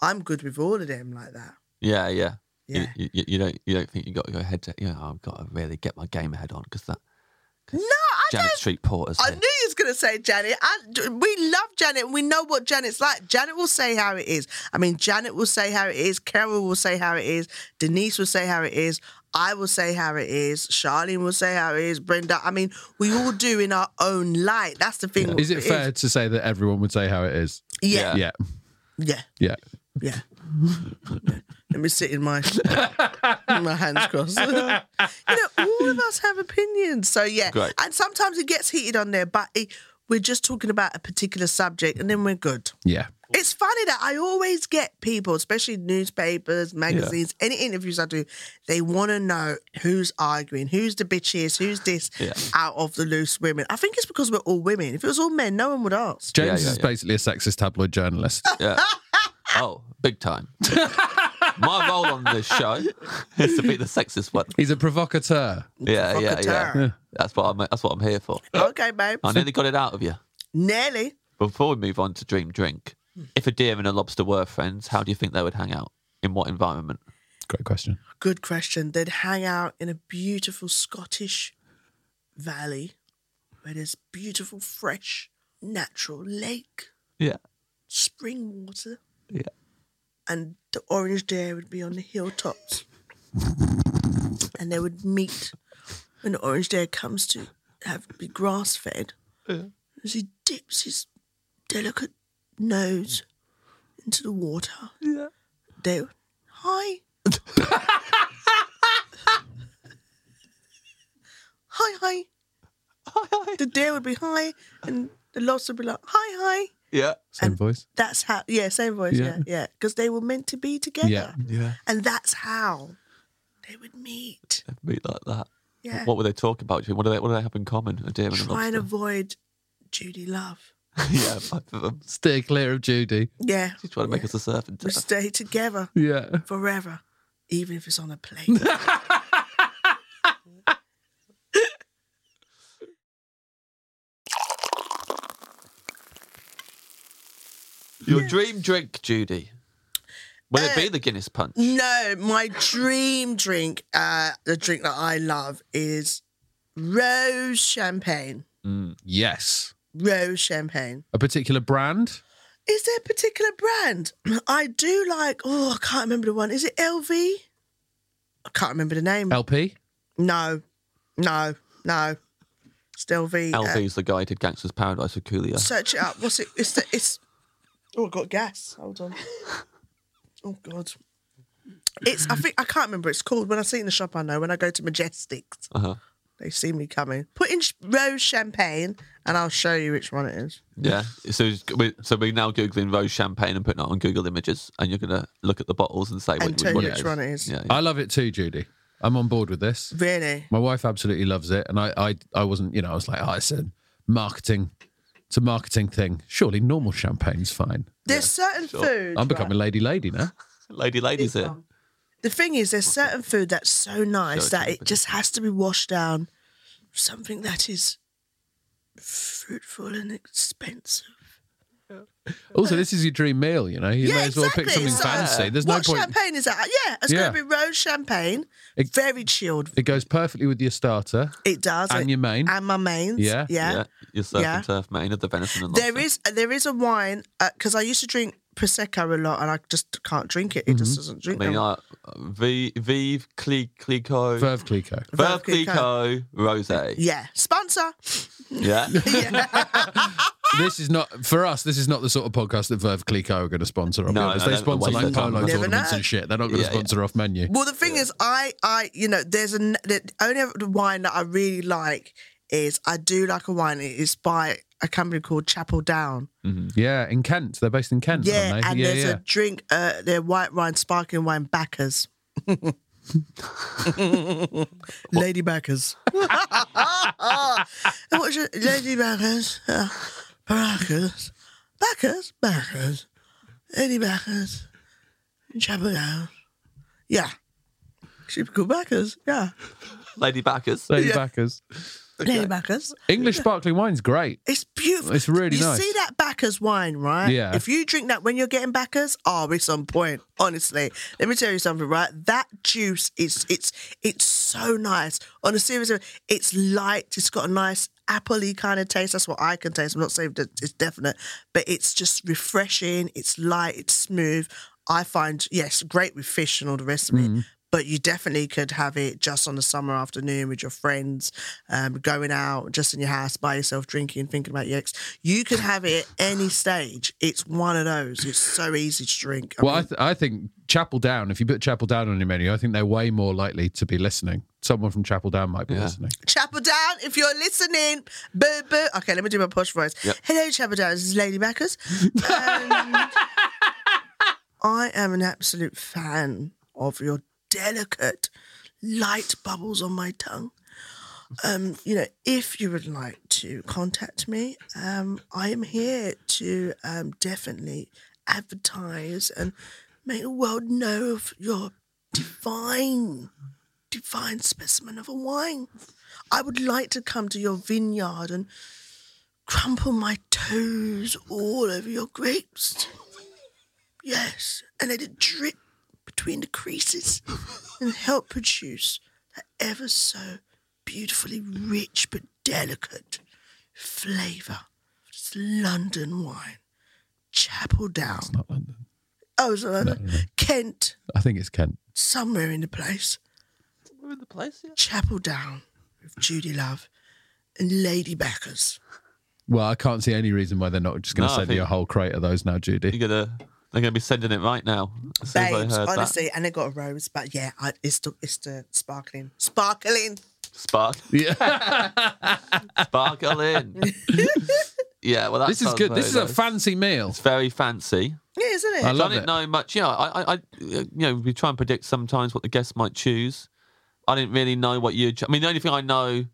S4: I'm good with all of them like that.
S3: Yeah, yeah. You-
S4: Yeah.
S3: You, you, you don't you don't think you got to go head to you know I've got to really get my game head on because that
S4: No, I
S3: Janet
S4: don't.
S3: Street Porter's
S4: I
S3: here.
S4: knew you was gonna say Janet. I, we love Janet. and We know what Janet's like. Janet will say how it is. I mean, Janet will say how it is. Carol will say how it is. Denise will say how it is. I will say how it is. Charlene will say how it is. Brenda. I mean, we all do in our own light. That's the thing.
S6: Is it fair to say that everyone would say how it is?
S4: Yeah,
S6: Yeah.
S4: yeah,
S6: Yeah.
S3: [LAUGHS]
S4: yeah. Let me sit in my in my hands crossed. [LAUGHS] you know, all of us have opinions. So yeah,
S3: Great.
S4: and sometimes it gets heated on there, but it, we're just talking about a particular subject, and then we're good.
S6: Yeah.
S4: It's funny that I always get people, especially newspapers, magazines, any interviews I do, they want to know who's arguing, who's the bitches, who's this
S3: Yeah.
S4: out of the loose women. I think it's because we're all women. If it was all men, no one would ask.
S6: James
S3: Yeah, yeah,
S6: is
S3: yeah.
S6: basically a sexist tabloid journalist.
S3: Yeah. oh, big
S4: [LAUGHS]
S3: time. My role on this show is to be the sexist one.
S6: He's a provocateur.
S3: Yeah, yeah, yeah,
S4: Provocateur.
S3: That's what I'm. That's what I'm here for.
S4: Okay, babe.
S3: I nearly got it out of you.
S4: Nearly.
S3: Before we move on to Dream Drink,
S4: Hmm.
S3: if a deer and a lobster were friends, how do you think they would hang out? In what environment?
S6: Great question.
S4: Good question. They'd hang out in a beautiful Scottish valley where there's beautiful, fresh, natural lake,
S3: Yeah, [LAUGHS]
S4: spring water,
S3: yeah.
S4: and the orange deer would be on the hilltops. and they would meet when the orange deer comes to have be grass fed. As he dips his delicate nose into the water. Yeah. They hi. hi hi. The deer would be hi and the lobster would be like, hi hi.
S3: Yeah.
S6: Same voice.
S4: That's how, yeah, same voice,
S6: Yeah.
S4: yeah, yeah, because they were meant to be together,
S6: Yeah.
S3: Yeah.
S4: and that's how they would meet.
S3: They'd be like that.
S4: Yeah,
S3: What were they talking about? What do they? What do they have in common? A deer and a
S4: try and
S3: lobster.
S4: avoid Judy Love.
S3: [LAUGHS] yeah, both of them.
S6: Stay clear of Judy.
S4: Yeah,
S3: She's trying to make us a surf and
S4: we stay together
S6: Yeah.
S4: forever, even if it's on a plane.
S3: Your dream drink, Judy. Will it be
S4: Uh,
S3: the Guinness punch?
S4: no, my dream drink, uh, the drink that I love is rose champagne.
S6: Yes.
S4: Rose champagne.
S6: A particular brand?
S4: Is there a particular brand? [CLEARS THROAT] I do like, oh, I can't remember the one. Is it LV? I can't remember the name.
S6: LP?
S4: no, no, no. It's LV. Uh,
S3: LV's the guy who did Gangster's Paradise with Coolio.
S4: search it up. What's it? It's the, it's. Oh, I got gas.
S3: [LAUGHS]
S4: Hold on. Oh God. It's. I think I can't remember. It's called. When I see it in the shop, I know. When I go to Majestics,
S3: Uh-huh.
S4: they see me coming. Put in sh- rose champagne, and I'll show you which one it is.
S3: Yeah. So it's- we, so we're now googling rose champagne and putting it on Google Images, and you're gonna look at the bottles and say
S4: And
S3: which,
S4: tell
S3: one
S4: you
S3: it
S4: which
S3: is.
S4: one it is.
S3: Yeah.
S6: I love it too, Judy. I'm on board with this.
S4: Really?
S6: My wife absolutely loves it, and I, I, I wasn't, you know, I was like, oh, it's a marketing, it's a marketing thing. Surely normal champagne's fine.
S4: There's certain food.
S6: I'm becoming lady, lady now.
S3: Lady, ladies here.
S4: The thing is, there's certain food that's so nice
S3: Sure,
S4: that it
S3: but-
S4: just has to be washed down with something that is fruitful and expensive.
S6: Also, this is your dream meal, you know. You may as well pick something
S4: So,
S6: fancy. There's
S4: what
S6: no point.
S4: champagne is that? Uh, Yeah, it's
S6: Yeah.
S4: going to be rose champagne.
S6: It-
S4: Very chilled.
S6: It goes perfectly with your starter.
S4: It does.
S6: And
S4: It-
S6: your main.
S4: And my mains.
S6: Yeah.
S4: Yeah.
S3: Yeah. Your surf
S4: Yeah.
S3: and turf main of the venison and lobster.
S4: There is uh, there is a wine because I used to drink prosecco a lot and I just can't drink it. It
S6: Mm-hmm.
S4: just doesn't
S3: I
S4: drink.
S3: mean,
S4: them.
S3: like, Vive, Vive, Cli, Clico, Verve,
S6: Verve Clico.
S4: Verve
S3: Clico, Rose.
S4: [LAUGHS] yeah, sponsor.
S3: Yeah.
S6: This is not for us. This is not the sort of podcast that Verve Clico are going to sponsor. I'll be
S3: No,
S6: honest.
S3: no,
S6: they
S3: no,
S6: sponsor
S3: waste
S6: like
S3: their time.
S6: polo
S3: Never
S6: tournaments
S4: know.
S6: and shit. They're not going to
S3: Yeah, yeah.
S6: sponsor off menu.
S4: Well, the thing is, I, I, you know, there's an the only other wine that I really like is I do like a wine. It's by a company called Chapel Down.
S6: Yeah, in Kent. They're based in Kent.
S4: Yeah,
S6: aren't they?
S4: and
S6: yeah,
S4: there's
S6: yeah.
S4: a drink. Uh, they're white wine, sparkling wine backers. lady [LAUGHS] backers. What's your, lady backers? Uh, backers, backers, backers, lady backers, Chapel Down. Yeah, she's called backers. Yeah,
S3: Lady Backers.
S6: Lady
S4: yeah.
S6: backers.
S4: lady backers.
S6: English sparkling wine's great.
S4: It's beautiful.
S6: It's really
S4: you
S6: nice.
S4: see that backers wine, right?
S6: Yeah.
S4: If you drink that when you're getting backers, oh, it's on point. Honestly, let me tell you something, right? That juice is it's it's so nice. On a serious, note, it's light. It's got a nice appley kind of taste. That's what I can taste. I'm not saying that it's definite, but it's just refreshing. It's light. It's smooth. I find yes, great with fish and all the rest of
S6: Mm.
S4: it. But you definitely could have it just on the summer afternoon with your friends, um, going out, just in your house by yourself, drinking, thinking about your ex. You could have it at any stage. It's one of those. It's so easy to drink. I
S6: Well, I,
S4: mean,
S6: th- I think Chapel Down, if you put Chapel Down on your menu, I think they're way more likely to be listening. Someone from Chapel Down might be listening.
S4: Chapel Down, if you're listening, boo boo. Okay, let me do my posh voice. Hello, Chapel Down. This is Lady Backers. Um, I am an absolute fan of your delicate light bubbles on my tongue. Um, you know, if you would like to contact me, um, I am here to um, definitely advertise and make the world know of your divine, divine specimen of a wine. I would like to come to your vineyard and crumple my toes all over your grapes. Yes, and let it drip between the creases and help produce that ever so beautifully rich but delicate flavour. It's London wine. Chapel Down.
S6: Not London.
S4: Oh, it's London. Kent,
S6: I think it's Kent.
S4: somewhere in the place.
S3: We're in the place, yeah.
S4: Chapel Down with Judy Love and Lady Backers.
S6: Well, I can't see any reason why they're not just going to
S3: No, I
S6: send
S3: think-
S6: you a whole crate of those now, Judy.
S3: You're gonna, they're gonna be sending it right now. As soon as I
S4: Babes,
S3: heard that.
S4: honestly, and they got a rose, but yeah, I, it's the it's the sparkling, sparkling.
S3: Spark. [LAUGHS] Sparkle
S6: [LAUGHS]
S3: in. yeah, well, that
S6: This is
S3: sounds
S6: good.
S3: very
S6: This is a
S3: nice.
S6: fancy meal.
S3: It's very fancy.
S4: Yeah, isn't it?
S6: I
S3: I
S6: love
S3: didn't
S6: it.
S3: know much. Yeah, I, I, I, you know, we try and predict sometimes what the guests might choose. I didn't really know what you. I mean, the only thing I know,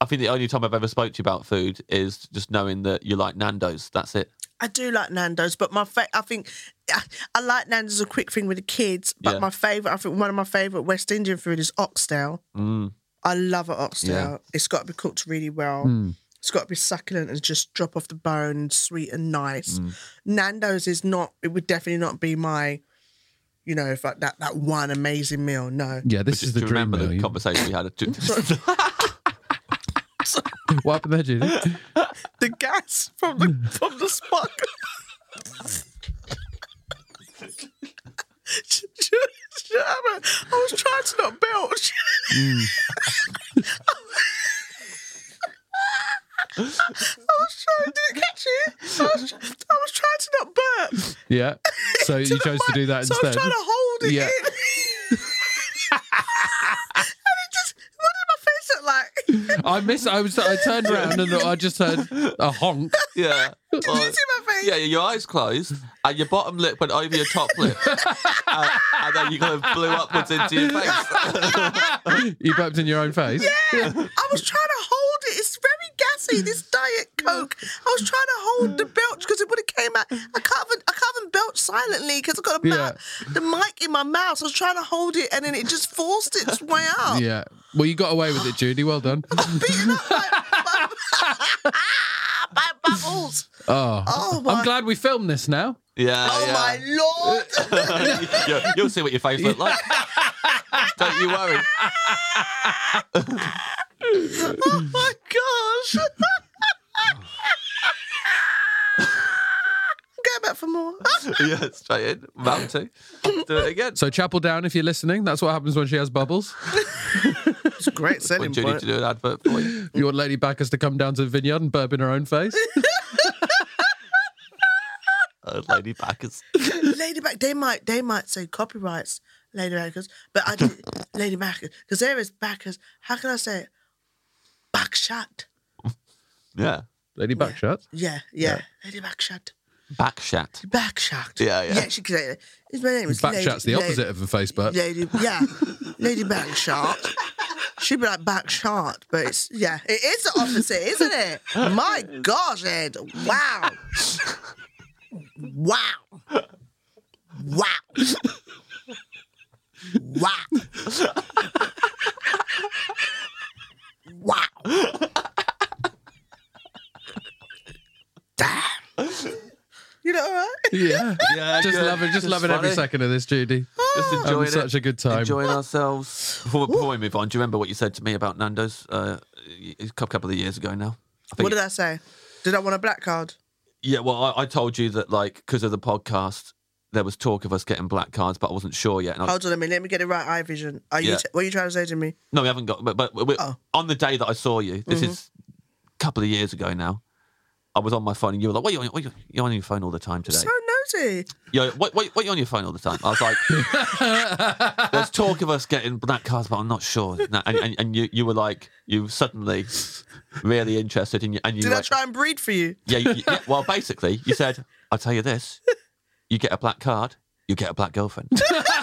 S3: I think the only time I've ever spoke to you about food is just knowing that you like Nando's. That's it.
S4: I do like Nando's, but my fa- I think I, I like Nando's as a quick thing with the kids. But
S3: Yeah.
S4: my favorite, I think one of my favorite West Indian food is oxtail.
S3: Mm.
S4: I love an oxtail.
S3: Yeah. Hmm.
S4: It's got to be cooked really well. It's got to be succulent and just drop off the bone, and sweet and nice.
S3: Hmm.
S4: Nando's is not. It would definitely not be my, you know, if I, that that one amazing meal. No,
S6: Yeah, this
S3: Just
S6: is the
S3: to
S6: dream
S3: remember
S6: meal.
S3: the
S6: You-
S3: conversation we
S6: [LAUGHS]
S3: had. [LAUGHS]
S6: What happened there, Judy?
S4: [LAUGHS] the gas from the from the spark. I was trying to not belch. I was trying to didn't catch it. I was, I was trying to not burp.
S6: Yeah. So
S4: To
S6: Oh, you
S4: the
S6: chose to
S4: mic,
S6: do that
S4: so
S6: instead.
S4: I was trying to hold it [LAUGHS]
S6: Yeah.
S4: in. and it just, what did my face look like?
S6: I missed. I was. I turned around and I just heard a honk.
S3: yeah.
S4: Did you
S3: Well,
S4: see my face?
S3: yeah, your eyes closed and your bottom lip went over your top lip, and, and then you kind of blew upwards into your face.
S6: You burped in your own face.
S4: Yeah, [LAUGHS] I was trying to hold it. It's very gassy. This diet coke. I was trying to hold the belch because it would have came out. I can't even, I can't even belch silently because I've got a mouth, the mic in my mouth. So I was trying to hold it, and then it just forced its way out.
S6: Yeah. Well, you got away with it, Judy.
S4: [LAUGHS]
S6: Well done.
S4: Beaten up
S6: [LAUGHS]
S4: [LAUGHS] by, by, by bubbles.
S6: Oh,
S4: Oh my!
S6: I'm glad we filmed this now.
S3: Yeah.
S4: oh
S3: yeah.
S4: my lord!
S6: [LAUGHS]
S3: you, you'll see what your face looked like. Don't you worry.
S4: Oh my gosh! [LAUGHS]
S6: [LAUGHS]
S4: Go back for more.
S3: yeah, straight in. Round two. Do it again.
S6: So Chapel Down, if you're listening, that's what happens when she has bubbles.
S4: It's a [LAUGHS] great selling
S3: When Judy to do an advert for you.
S6: You want Lady Backers to come down to the vineyard and burp in her own [LAUGHS] face?
S3: Uh, lady backers.
S4: Ladyback, they might they might say copyrights Ladybackers, but I did Ladybackers because there is backers. How can I say it? Backshot.
S3: Yeah.
S6: Lady Buckshot.
S4: Yeah, yeah. Lady Backshot.
S3: Backshat.
S4: Backshot.
S3: Yeah, yeah.
S4: Yeah, she could say that. It's- My name is Lady-
S6: Buckshot's the
S4: Lady-
S6: opposite of a face butt.
S4: Lady, yeah, Lady Backshot. She'd be like Backshot, but it's yeah, it is the opposite, isn't it? My gosh, Ed! Wow, wow, wow, wow, wow. Damn, you know, all right?
S6: Yeah.
S3: Yeah,
S6: Just
S3: yeah.
S6: loving, just loving every
S3: funny.
S6: second of this, Judy.
S3: Just enjoying
S6: Having
S3: it.
S6: such a good time.
S3: Enjoying ourselves. Before, before we move on, do you remember what you said to me about Nando's uh, a cou- couple of years ago now? I think-
S4: What did I say? Did I want a black card?
S3: Yeah, well, I, I told you that, like, because of the podcast, there was talk of us getting black cards, but I wasn't sure yet. And I,
S4: Hold on a minute. Let me get it right. Eye vision. Are you?
S3: Yeah.
S4: T- what are you trying to say to me?
S3: no, we haven't got. But, but we
S4: Oh. Mm-hmm.
S3: on the day that I saw you, this is a couple of years ago now. I was on my phone, and you were like, "What are you on? What are you, you're on your phone all the time today?
S4: So nosy.
S3: Yo, what, what, what are you on your phone all the time?" I was like,
S4: [LAUGHS]
S3: "There's talk of us getting black cards, but I'm not sure." No, and and, and you, you were like, you were suddenly really interested, and you and you
S4: Did
S3: were
S4: I
S3: like,
S4: try and breed for you?
S3: Yeah, you, yeah. Well, basically, you said, "I'll tell you this: you get a black card, you get a black girlfriend." [LAUGHS]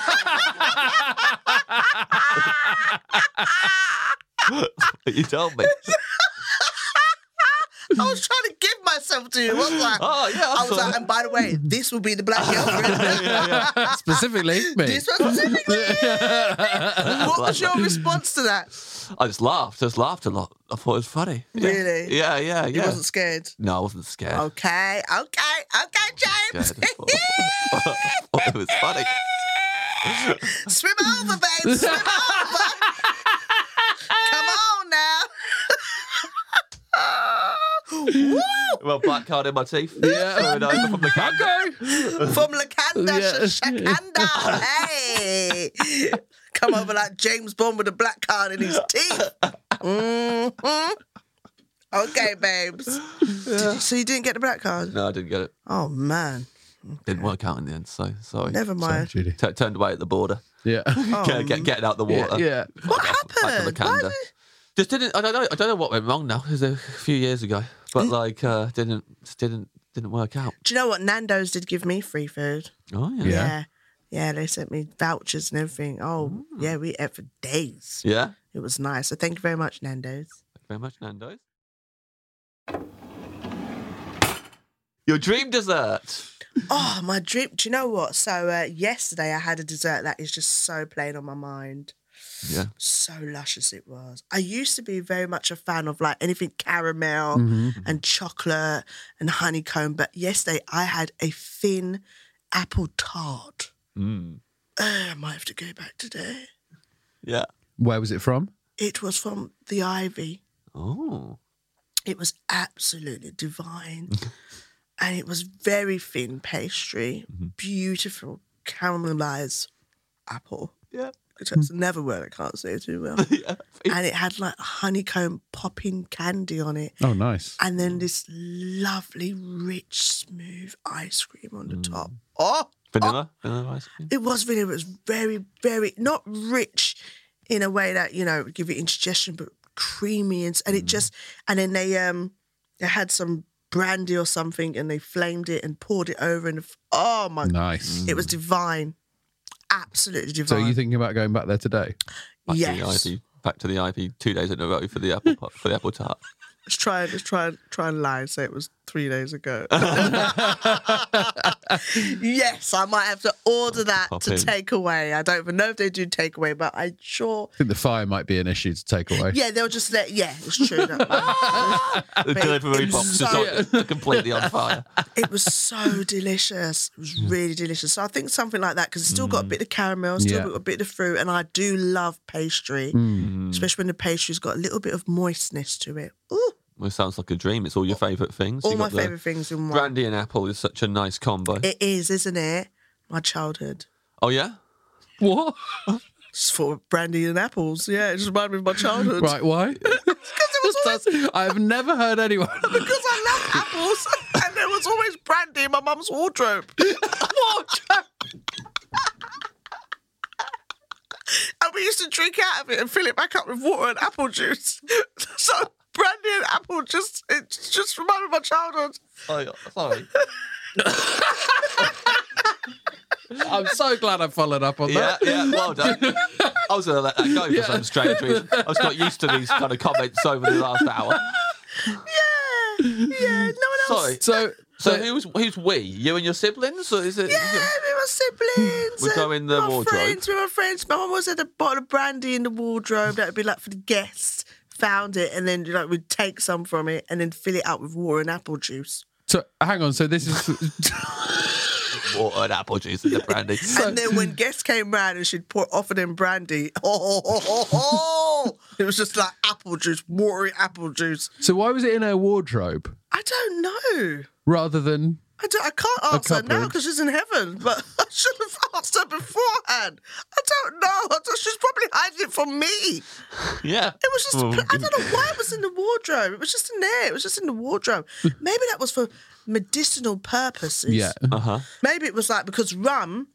S3: you told me.
S4: I was trying to give myself to you.
S3: [LAUGHS]
S4: wasn't I?
S3: Oh yeah,
S4: I was like, and by the way, this will be the black
S3: [LAUGHS]
S4: girlfriend.
S6: [LAUGHS] Specifically, me.
S4: This one specifically.
S3: [LAUGHS]
S4: what was your response to that?
S3: I just laughed. Just laughed a lot. I thought it was funny. Yeah.
S4: Really?
S3: Yeah, yeah,
S4: You
S3: yeah.
S4: wasn't Oh. scared.
S3: no, I wasn't scared.
S4: Okay, okay, okay, James.
S3: Scared. I thought- [LAUGHS] I thought it was funny.
S4: [LAUGHS] Swim over, babe.
S3: [LAUGHS]
S4: Swim over. Come on now.
S3: Well, black card in my
S4: [LAUGHS]
S3: teeth. Yeah. over from the card.
S4: From Lakanda
S6: Yeah.
S4: to Shakanda. Hey. Come over like James Bond with a black card in his teeth. hmm Okay, babes. Did you, so you didn't get the black card?
S3: No, I didn't get it.
S4: Oh, man.
S3: Didn't work out in the end. So sorry.
S4: Never Oh,
S6: Sorry,
S4: mind.
S6: Judy.
S3: T- turned away at the border.
S6: Yeah.
S3: Get, get, getting out the water.
S6: Yeah.
S4: What
S3: Back on the
S4: happened? Why
S3: calendar.
S4: did-
S3: Just didn't. I don't know. I don't know what went wrong. Now it was a few years ago,
S4: Mm.
S3: but like uh, didn't just didn't didn't work out.
S4: Do you know what? Nando's did give me free food.
S3: Oh yeah.
S6: Yeah.
S4: Yeah. Yeah, they sent me vouchers and everything. Oh, yeah, we ate for days.
S3: Mm. Yeah. Thank
S4: It was nice. So thank you very much, Nando's.
S3: you very much, Nando's. Your dream dessert.
S4: Oh, my dream. Do you know what? So uh, yesterday I had a dessert that is just so plain on my mind.
S3: Yeah.
S4: So luscious it was. I used to be very much a fan of like anything caramel
S3: Mm-hmm,
S4: and chocolate and honeycomb, but yesterday I had a thin apple tart.
S3: Mm.
S4: Uh, I might have to go back today.
S3: Yeah.
S6: Where was it from?
S4: It was from the Ivy.
S3: Oh.
S4: It was absolutely divine.
S3: Mm-hmm.
S4: and it was very thin pastry,
S3: Mm-hmm.
S4: beautiful caramelized apple.
S3: Yeah. Mm.
S4: Which is another word I can't say too well.
S3: [LAUGHS] Yeah.
S4: and it had like honeycomb popping candy on it.
S6: Oh, nice.
S4: And
S3: Mm.
S4: then this lovely, rich, smooth ice cream on the
S3: Mm.
S4: top. Oh,
S3: Vanilla. Vanilla ice cream.
S4: it was vanilla. It was very, very not rich in a way that you know would give you indigestion, but creamy and, and it just and then they um they had some brandy or something and they flamed it and poured it over and oh my
S6: Nice.
S3: Mm,
S4: it was divine, absolutely
S6: So,
S4: divine.
S6: are you thinking about going back there today?
S3: Back
S4: yes,
S3: To the IP, back to the IP two days in a row for the
S4: [LAUGHS]
S3: apple pop, for the apple tart.
S4: let's try let's try and try and lie and say it was three days ago. yes, I might have to order that
S3: Pop
S4: to
S3: in.
S4: take away. I don't even know if they do takeaway, but I sure
S6: I think the fire might be an issue to take away.
S4: Yeah, they'll just let. Yeah, it's true.
S3: The delivery
S4: it's
S3: box is
S4: so-
S3: on, completely on fire.
S4: it was so delicious. It was really delicious. So I think something like that because it's still got a bit of caramel, still
S6: Yeah.
S4: got a bit of fruit, and I do love pastry, especially when the pastry's got a little bit of moistness to it. Ooh,
S3: Well, it sounds like a dream. It's all your favourite things.
S4: all
S3: You
S4: my
S3: got the
S4: favorite things in one.
S3: Brandy and apple is such a nice combo.
S4: It is, isn't it? My childhood.
S3: oh yeah.
S6: [LAUGHS] What?
S4: Just for brandy and apples. Yeah, it just reminded me of my childhood. [LAUGHS]
S6: Right, [LAUGHS] why?
S4: Because it was always.
S6: I've never heard anyone. [LAUGHS]
S4: Because I love apples, [LAUGHS] and there was always brandy in my mum's wardrobe. [LAUGHS] Wardrobe. and we used to drink out of it and fill it back up with water and apple juice. [LAUGHS] so brandy and apple just it just reminded me of my childhood.
S3: Oh, sorry.
S6: I'm so glad I followed up on
S3: Yeah,
S6: that.
S3: yeah, well done. I was going to let that go for some strange reason. I was not used to these kind of comments over the last hour.
S4: Yeah, yeah. No one else.
S3: Sorry.
S6: So,
S3: So who's who's we? You and your siblings, or is it?
S4: Yeah, we were siblings.
S3: We
S4: and
S3: go in the
S4: my
S3: wardrobe.
S4: Friends, we were friends. My mum always had a bottle of brandy in the wardrobe. That would be like for the guests. Found it, and then like we'd take some from it, and then fill it up with water and apple juice.
S6: so hang on. So this is [LAUGHS]
S3: water and apple juice and the brandy.
S4: and then when guests came round and she'd pour offer them brandy, [LAUGHS] oh, oh, oh,
S3: [LAUGHS]
S4: oh, it was just like apple juice, watery apple juice.
S6: so why was it in her wardrobe
S4: I don't know.
S6: rather than?
S4: I, don't, I can't answer her now
S6: cupboard.
S4: because she's in heaven, but [LAUGHS] I should have asked her beforehand. I don't know. I don't- she's probably hiding it from me. It
S3: Yeah.
S4: was just,
S3: Oh,
S4: I don't know why it was in the wardrobe. It was just in there. It was just in the wardrobe. Maybe that was for medicinal purposes.
S6: Yeah.
S3: Uh-huh.
S4: Maybe it was like because rum,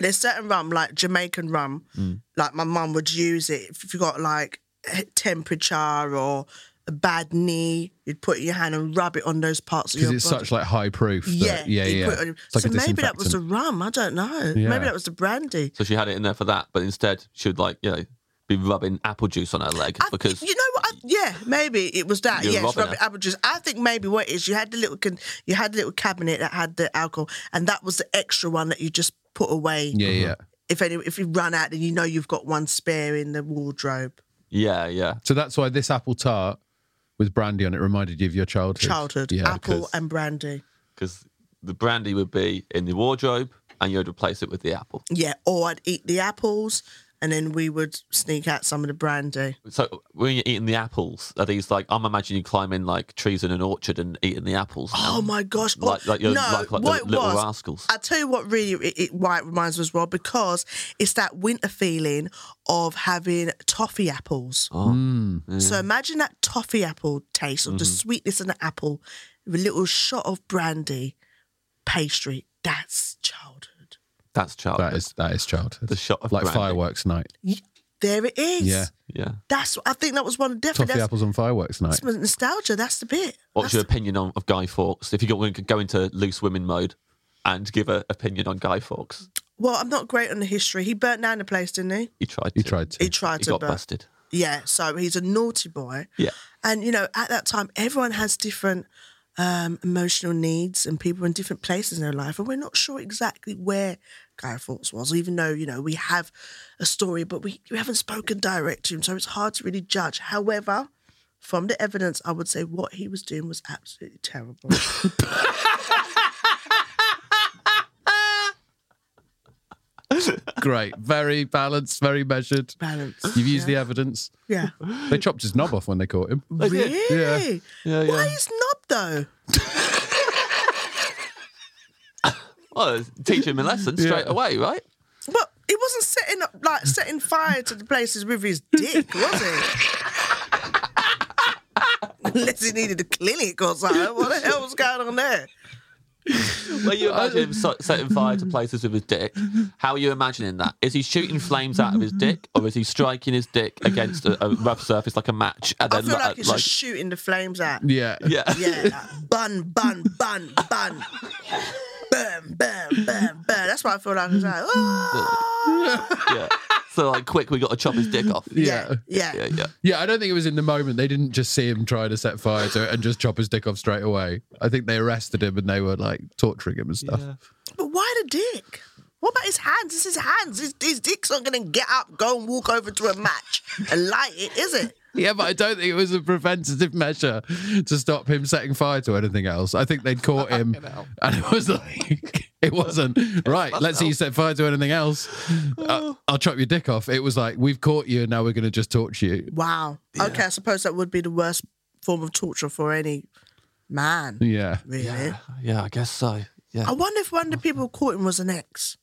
S4: there's certain rum like Jamaican rum,
S6: Mm.
S4: like my mum would use it if you got like h- temperature or a bad knee, you'd put your hand and rub it on those parts of your
S6: Because it's
S4: body.
S6: such like high proof. That, yeah, yeah,
S4: you put it on your-
S6: It's like
S4: so
S6: a
S4: maybe that was the
S6: disinfectant.
S4: rum. I don't know.
S6: Yeah.
S4: Maybe that was the brandy.
S3: So she had it in there for that, but instead she would like you know be rubbing apple juice on her leg
S4: I-
S3: because
S4: you know what? I, yeah, maybe it was that.
S3: You're
S4: Yes,
S3: robbing
S4: rub it
S3: her.
S4: apple juice. I think maybe what it is you had the little con- you had the little cabinet that had the alcohol, and that was the extra one that you just put away.
S6: Yeah,
S3: Uh-huh.
S6: yeah.
S4: if any if you run out, then you know you've got one spare in the wardrobe.
S3: yeah, yeah.
S6: So that's why this apple tart with brandy on it reminded you of your childhood.
S4: Childhood,
S6: Yeah,
S4: apple
S6: 'cause-
S4: and brandy.
S3: because the brandy would be in the wardrobe and you would replace it with the apple.
S4: Yeah, or I'd eat the apples, and then we would sneak out some of the brandy.
S3: So when you're eating the apples, are these like I'm imagining you climbing like trees in an orchard and eating the apples? now.
S4: Oh my gosh! Oh,
S3: Like, like you're
S4: no,
S3: like, like
S4: what
S3: the
S4: it
S3: little
S4: was,
S3: rascals.
S4: I tell you what, really, it, it, why it reminds me as well because it's that winter feeling of having toffee apples.
S3: Oh,
S4: So imagine that toffee apple taste
S3: Mm-hmm.
S4: of the sweetness in the apple with a little shot of brandy pastry. That's childhood.
S3: that's childhood.
S6: That is that is childhood.
S3: The shot of
S6: like
S3: brandy.
S6: fireworks night.
S4: There it is.
S6: Yeah.
S3: Yeah.
S4: That's I think that was one definitely.
S6: Toffee
S4: That's,
S6: apples on fireworks night.
S4: that's my nostalgia. That's the bit.
S3: What's your opinion on of Guy Fawkes? If you got- could go into loose women mode and give an opinion on Guy Fawkes,
S4: Well, I'm not great on the history. He burnt down the place, didn't he?
S3: you tried.
S6: You
S3: to.
S6: tried to.
S4: He tried
S3: He
S4: to
S3: got
S4: burn.
S3: busted.
S4: Yeah, so he's a naughty boy.
S3: Yeah.
S4: And you know, at that time, everyone has different um, emotional needs, and people are in different places in their life, and we're not sure exactly where Guy Fawkes was, even though you know we have a story, but we, we haven't spoken direct to him, so it's hard to really judge. However, from the evidence, I would say what he was doing was absolutely terrible.
S6: Great. Very balanced, very measured.
S4: Balance.
S3: [LAUGHS]
S6: You've used the evidence.
S4: Yeah.
S6: They chopped his knob off when they caught him.
S4: Really?
S3: Yeah, yeah.
S4: Why is knob though?
S3: Well, teach him a lesson straight away, right?
S4: But he wasn't setting up like setting fire to the places with his dick, was he? Unless he needed a clinic or something. What the hell was going on there?
S3: When [LAUGHS] you imagine him so- setting fire [LAUGHS] to places with his dick, how are you imagining that? Is he shooting flames out of his dick, or is he striking his dick against a, a rough surface like a match? And
S4: I
S3: then,
S4: feel like
S3: li-
S4: it's just shooting the flames out.
S6: Yeah.
S3: yeah,
S4: [LAUGHS] Yeah, like, bun, bun, bun, bun. Burn, burn, burn, burn. That's why I feel like it's like, oh.
S3: [LAUGHS] yeah. So like, quick, we got to chop his dick off.
S4: yeah, yeah.
S3: yeah, yeah.
S6: Yeah, I don't think it was in the moment. They didn't just see him try to set fire to it and just chop his dick off straight away. I think they arrested him and they were like torturing him and stuff.
S4: But why the dick? What about his hands? It's his hands. His, his dick's not going to get up, go and walk over to a match and light it, is it?
S6: Yeah, but I don't think it was a preventative measure to stop him setting fire to anything else. I think they'd caught him, and it was like
S3: [LAUGHS]
S6: it wasn't right. Let's see you set fire to
S3: [SIGHS]
S6: anything else. Uh, I'll chop your dick off. It was like we've caught you, and now we're going to just torture you.
S4: Wow. Okay, I suppose that would be the worst form of torture for any man,
S3: [LAUGHS]
S6: Yeah,
S4: really.
S3: Yeah, I guess so. Yeah.
S4: I wonder if one of the people who caught him was an
S6: [LAUGHS]
S4: ex.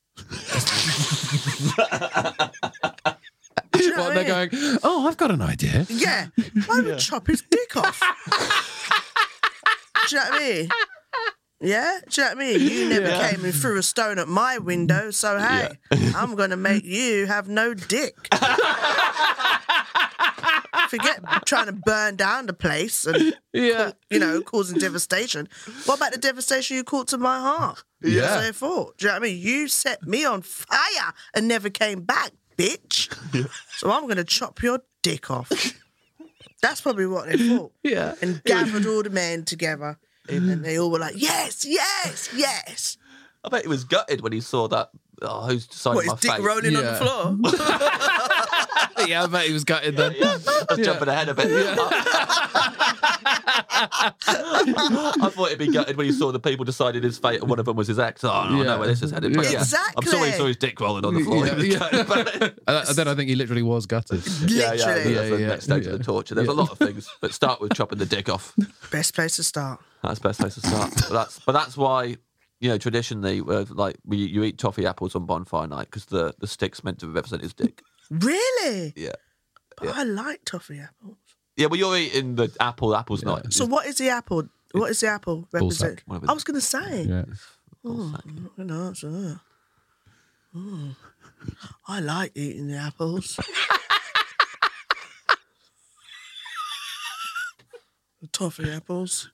S4: Do
S6: [LAUGHS]
S4: you know
S6: Well,
S4: what I
S6: they're
S4: mean?
S6: going. Oh, I've got an
S3: [LAUGHS]
S6: idea.
S4: Yeah. Why would chop his dick off?
S2: [LAUGHS]
S4: Do you know what I mean? Yeah? Do you know what I mean? You never came and threw a stone at my window, so hey, I'm going to make you have no dick. Forget trying to burn down the place and
S2: Yeah.
S4: you know causing devastation. What about the devastation you caused to my heart?
S2: Yeah.
S4: so forth. Do you know what I mean? You set me on fire and never came back, bitch. So I'm gonna chop your dick off. That's probably what they thought.
S2: Yeah.
S4: And gathered all the men together, and they all were like, "Yes, yes, yes."
S3: I bet he was gutted when he saw that. Oh, who's decided
S4: What
S3: my
S4: is dick
S3: fate?
S4: rolling on the
S2: Yeah.
S4: floor?
S2: yeah, I bet he was gutted
S6: [LAUGHS]
S2: then.
S3: Yeah, I was jumping ahead a bit. [LAUGHS] I thought he'd be gutted when he saw the people decided his fate, and one of them was his ex. Oh, no, I
S2: Yeah.
S3: know where this is headed. But
S2: Yeah.
S3: yeah, I'm sure he saw his dick rolling on the floor.
S2: Yeah,
S3: [LAUGHS] He was
S2: yeah.
S3: gutted about it.
S2: And that- then I think he literally was gutted.
S3: [LAUGHS] yeah, yeah,
S4: Literally.
S3: That's the
S2: Yeah,
S3: next
S2: yeah,
S3: stage of
S2: yeah.
S3: the torture. There's a lot of things, but start with chopping the dick off.
S4: Best place to start.
S3: That's the best place to start. but that's but that's why you know traditionally, uh, like we, you eat toffee apples on bonfire night because the the stick's meant to represent his dick.
S4: Really?
S3: Yeah.
S4: But I like toffee apples.
S3: Yeah, well, you're eating the apple. Apple's not.
S4: So what is the apple? What is the apple represent?
S3: Whatever.
S4: I was gonna say. Hmm,
S2: Yeah.
S3: Ballsack.
S4: I'm not gonna answer that. Mm. I like eating the apples. [LAUGHS] the toffee apples.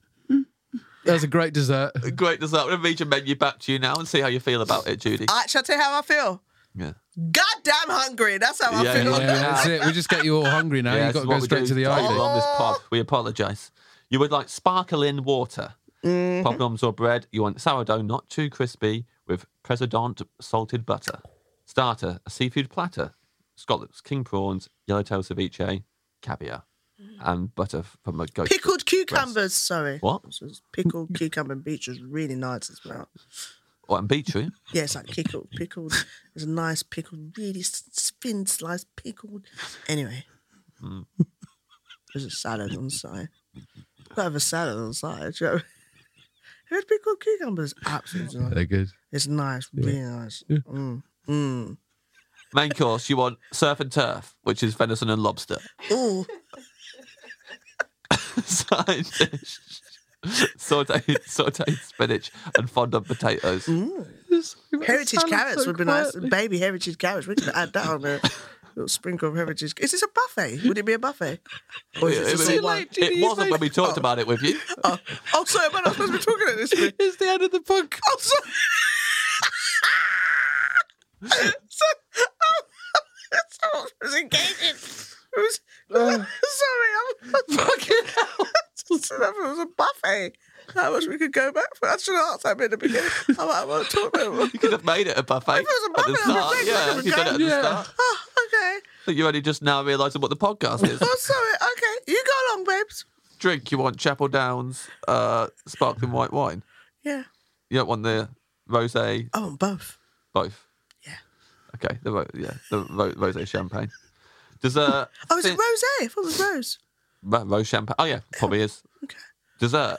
S2: That's a great
S3: [LAUGHS]
S2: dessert.
S3: Great dessert. I'm going to read your menu back to you now and see how you feel about it, Judy.
S4: I shall I tell you how I feel.
S3: Yeah.
S4: Goddamn hungry. That's how I
S3: Yeah,
S4: feel.
S2: Yeah, that's it. We just get you all hungry now.
S3: Yeah,
S2: You've
S3: this
S2: got
S3: is
S2: to
S3: what
S2: go straight
S3: we do Oh.
S2: to the
S3: all
S2: Ivy.
S3: on this pod. We apologise. You would like sparkling water, popcorns or bread. You want sourdough, not too crispy, with president salted butter. Starter, a seafood platter, scallops, king prawns, yellowtail ceviche, caviar, and butter from a goat.
S4: Pickled cucumbers, sorry.
S3: What?
S4: This is Pickled cucumber and beach is really nice as well.
S3: Oh, and beetroot.
S4: Yeah, it's like pickled, pickled. It's a nice pickled, really s- s- thin sliced pickled. Anyway, there's a salad on the side. Gotta have a salad on the side. do You know what I mean? Who had pickled cucumbers? Absolutely. nice.
S2: They're good.
S4: It's nice, really nice. Mm. Mm.
S3: Main course, you want surf and turf, which is venison and lobster.
S4: Ooh,
S3: side dish. Sauteed, sauteed spinach and fondant potatoes.
S4: heritage carrots would be nice. Baby heritage carrots. We could add that on there. Little sprinkle of heritage. Is this a buffet? Would it be a buffet? Or is
S3: Oh, It,
S4: this a
S3: was,
S4: single-
S3: it wasn't when we talked about it with [LAUGHS] you.
S4: [LAUGHS] Oh, oh, sorry, am I not supposed to be talking at this point?
S2: It's the end of the podcast.
S4: I'm sorry. [LAUGHS] so, [LAUGHS] um, so I was engaging. It was, [LAUGHS] sorry, I'm Oh. [LAUGHS] fucking out. [LAUGHS] so that was a buffet. I wish we could go back for. I should have asked that bit at the beginning. I might want to talk about
S3: You
S4: it.
S3: could have made it a buffet.
S4: If it was a
S3: at the
S4: buffet, I'd
S3: start.
S4: have
S3: Yeah,
S4: taken it
S3: if you'd done it at the
S2: Yeah.
S3: start.
S4: Oh, okay.
S3: But you're only just now realising what the podcast [LAUGHS] is.
S4: Oh, sorry. Okay. You go along, babes.
S3: Drink, you want Chapel Downs uh, sparkling white wine.
S4: Yeah.
S3: You don't want the rosé,
S4: I want both.
S3: both.
S4: Yeah.
S3: Okay, the ro- yeah, the ro- rosé champagne. [LAUGHS] Dessert.
S4: Oh, is it
S3: Ro-
S4: rose? I thought it was rose.
S3: rose champagne? Oh yeah, probably is.
S4: Okay.
S3: Dessert.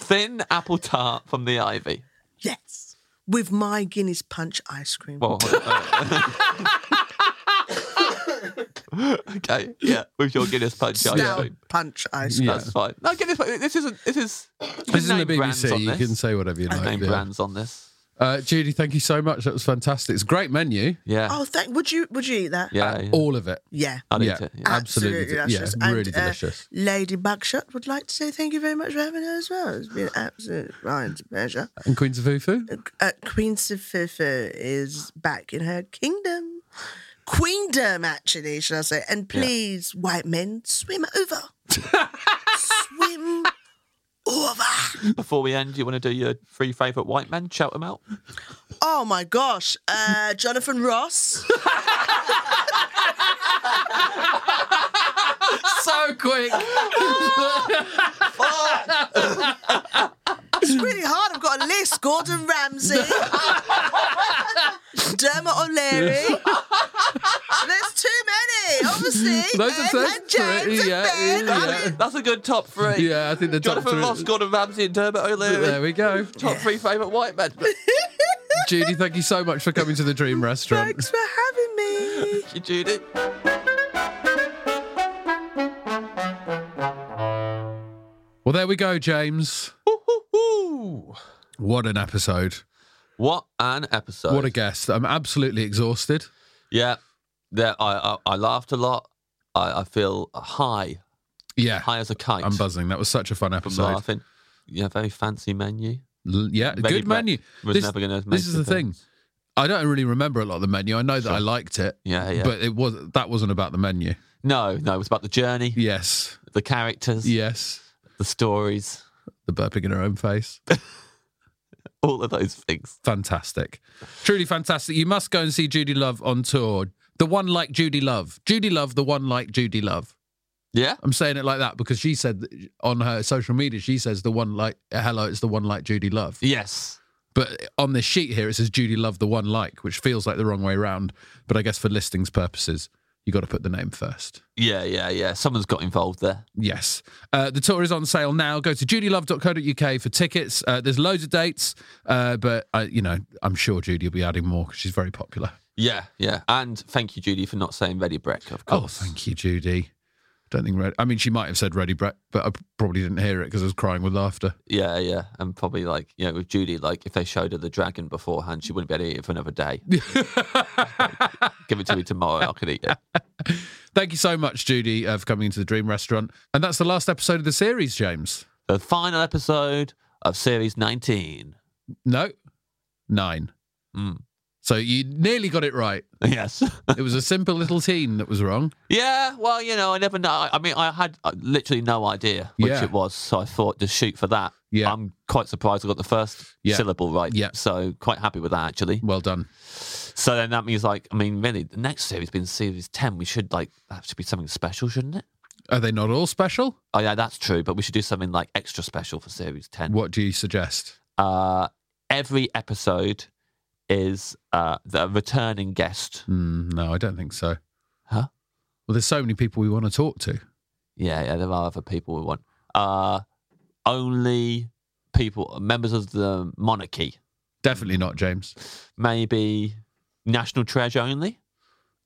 S3: Thin apple tart from the Ivy.
S4: Yes. With my Guinness punch ice cream.
S3: Well, uh, [LAUGHS] okay, yeah, with your Guinness punch ice
S4: Stout
S3: cream.
S4: punch ice cream.
S2: Yeah.
S3: That's fine. No, Guinness. This isn't. This is. you can
S2: This isn't the
S3: name brands
S2: BBC.
S3: on
S2: You
S3: this.
S2: can say whatever you
S3: You can
S2: like.
S3: name
S2: yeah.
S3: brands on this.
S2: Uh, Judy, thank you so much. That was fantastic. It's a great menu.
S3: Yeah.
S4: Oh, thank. Would you? Would you eat that?
S3: yeah. Oh. yeah.
S2: All of it.
S4: Yeah.
S3: I'd
S2: yeah,
S3: eat it. Yeah.
S2: absolutely.
S4: Absolutely
S2: de-
S4: delicious.
S2: Yeah, really
S4: And, uh,
S2: delicious.
S4: Lady Buckshot would like to say thank you very much for having her as well. It's been an absolute right pleasure.
S2: And Queens of Fufu.
S4: Uh, Queen Sifufu is back in her kingdom. Queendom, actually, should I say. And please, white men, swim over. swim over.
S3: Before we end, you want to do your three favourite white men? Shout them out.
S4: Oh my gosh. Uh, Jonathan Ross.
S2: [LAUGHS] so quick.
S4: It's really hard. I've got a list. Gordon Ramsay, Dermot O'Leary. There's too many, obviously.
S2: Those are
S4: Ed
S2: so
S4: and James
S2: pretty, yeah,
S4: and Ben.
S2: yeah.
S4: I mean,
S3: That's a good top three.
S2: Yeah, I think the top
S3: Jonathan
S2: three-
S3: Ross, Gordon Ramsay, and Dermot O'Leary.
S2: There we go.
S3: Top three favourite white men.
S2: [LAUGHS] Judy, thank you so much for coming to the Dream Restaurant.
S4: Thanks for having me.
S3: Thank you, Judy.
S2: Well, there we go, James.
S3: Ooh.
S2: What an episode.
S3: What an episode.
S2: What a guest. I'm absolutely exhausted.
S3: Yeah, yeah. I, I I laughed a lot. I, I feel high,
S6: Yeah.
S3: high as a kite.
S6: I'm buzzing. That was such a fun
S3: from
S6: episode.
S3: laughing. Yeah, very fancy menu.
S6: L- Yeah,
S3: Menu prep
S6: good menu.
S3: Was
S6: This-
S3: never going to.
S6: this is the thing. I don't really remember a lot of the menu. I know that I liked it,
S3: Yeah, yeah.
S6: but it was that wasn't about the menu.
S3: no, no, it was about the journey,
S6: Yes,
S3: the characters,
S6: yes.
S3: the stories,
S6: The burping in her own face.
S3: all of those things.
S6: fantastic. Truly fantastic. You must go and see Judy Love on tour. The one like Judy Love. Judy Love, the one like Judy Love.
S3: Yeah,
S6: I'm saying it like that because she said on her social media, she says the one like, hello, it's the one like Judy Love.
S3: yes,
S6: But on this sheet here, it says Judy Love, the one like, which feels like the wrong way around. But I guess for listings purposes, you got to put the name first.
S3: yeah, yeah, yeah. Someone's got involved there.
S6: Yes. Uh, the tour is on sale now. Go to judylove.co.uk for tickets. Uh, there's loads of dates, uh, but, I, you know, I'm sure Judy will be adding more because she's very popular.
S3: Yeah, yeah. And thank you, Judy, for not saying ready brick. Of
S6: Oh,
S3: course.
S6: thank you, Judy. Don't think Red. I mean, she might have said ready, Brett, but I probably didn't hear it because I was crying with
S3: [LAUGHS]
S6: laughter.
S3: Yeah, yeah. And probably like, you know, with Judy, like if they showed her the dragon beforehand, she wouldn't be able to eat it for another day. Give it to me tomorrow, I could eat it.
S6: Thank you so much, Judy, uh, for coming into the Dream Restaurant. And that's the last episode of the series, James.
S3: The final episode of series 19.
S6: No, nine.
S3: Mm.
S6: So you nearly got it right.
S3: [LAUGHS] Yes.
S6: It was a simple little teen that was wrong.
S3: yeah, well, you know, I never know. I I mean, I had uh, literally no idea which
S6: Yeah.
S3: it was. So I thought, just shoot for that.
S6: Yeah.
S3: I'm quite surprised I got the first
S6: Yeah.
S3: syllable right.
S6: Yeah.
S3: So quite happy with that, actually.
S6: Well done.
S3: So then that means, like, I mean, really, the next series being series 10, we should, like, that should be something special, shouldn't it?
S6: Are they not all special?
S3: Oh yeah, that's true. But we should do something like extra special for series ten.
S6: What do you suggest?
S3: Uh, every episode is uh, the returning guest.
S6: Hmm, no, I don't think so.
S3: Huh?
S6: Well, there's so many people we want to talk to.
S3: Yeah, yeah. There are other people we want. Uh, only people, members of the monarchy.
S6: Definitely not, James.
S3: Maybe national treasure only.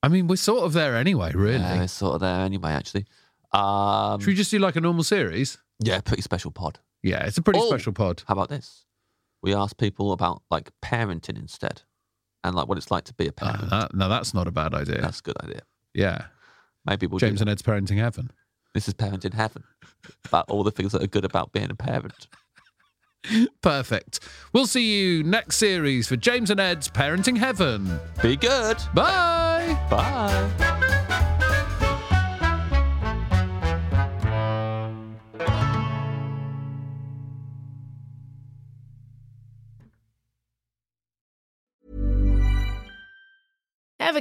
S6: I mean, we're sort of there anyway, really.
S3: Yeah, it's sort of there anyway. Actually, um,
S6: Should we just do like a normal series?
S3: yeah, pretty special pod.
S6: Yeah, it's a pretty
S3: Oh.
S6: special pod.
S3: How about this? We ask people about like parenting instead, and like what it's like to be a
S6: Uh,
S3: parent.
S6: that- no, that's not a bad idea.
S3: That's a good idea.
S6: yeah.
S3: Maybe we'll do
S6: James and Ed's Parenting Heaven.
S3: This is Parent in Heaven about all the things that are good about being a parent.
S6: Perfect. We'll see you next series for James and Ed's Parenting Heaven.
S3: Be good.
S6: Bye.
S3: Bye.
S5: Ever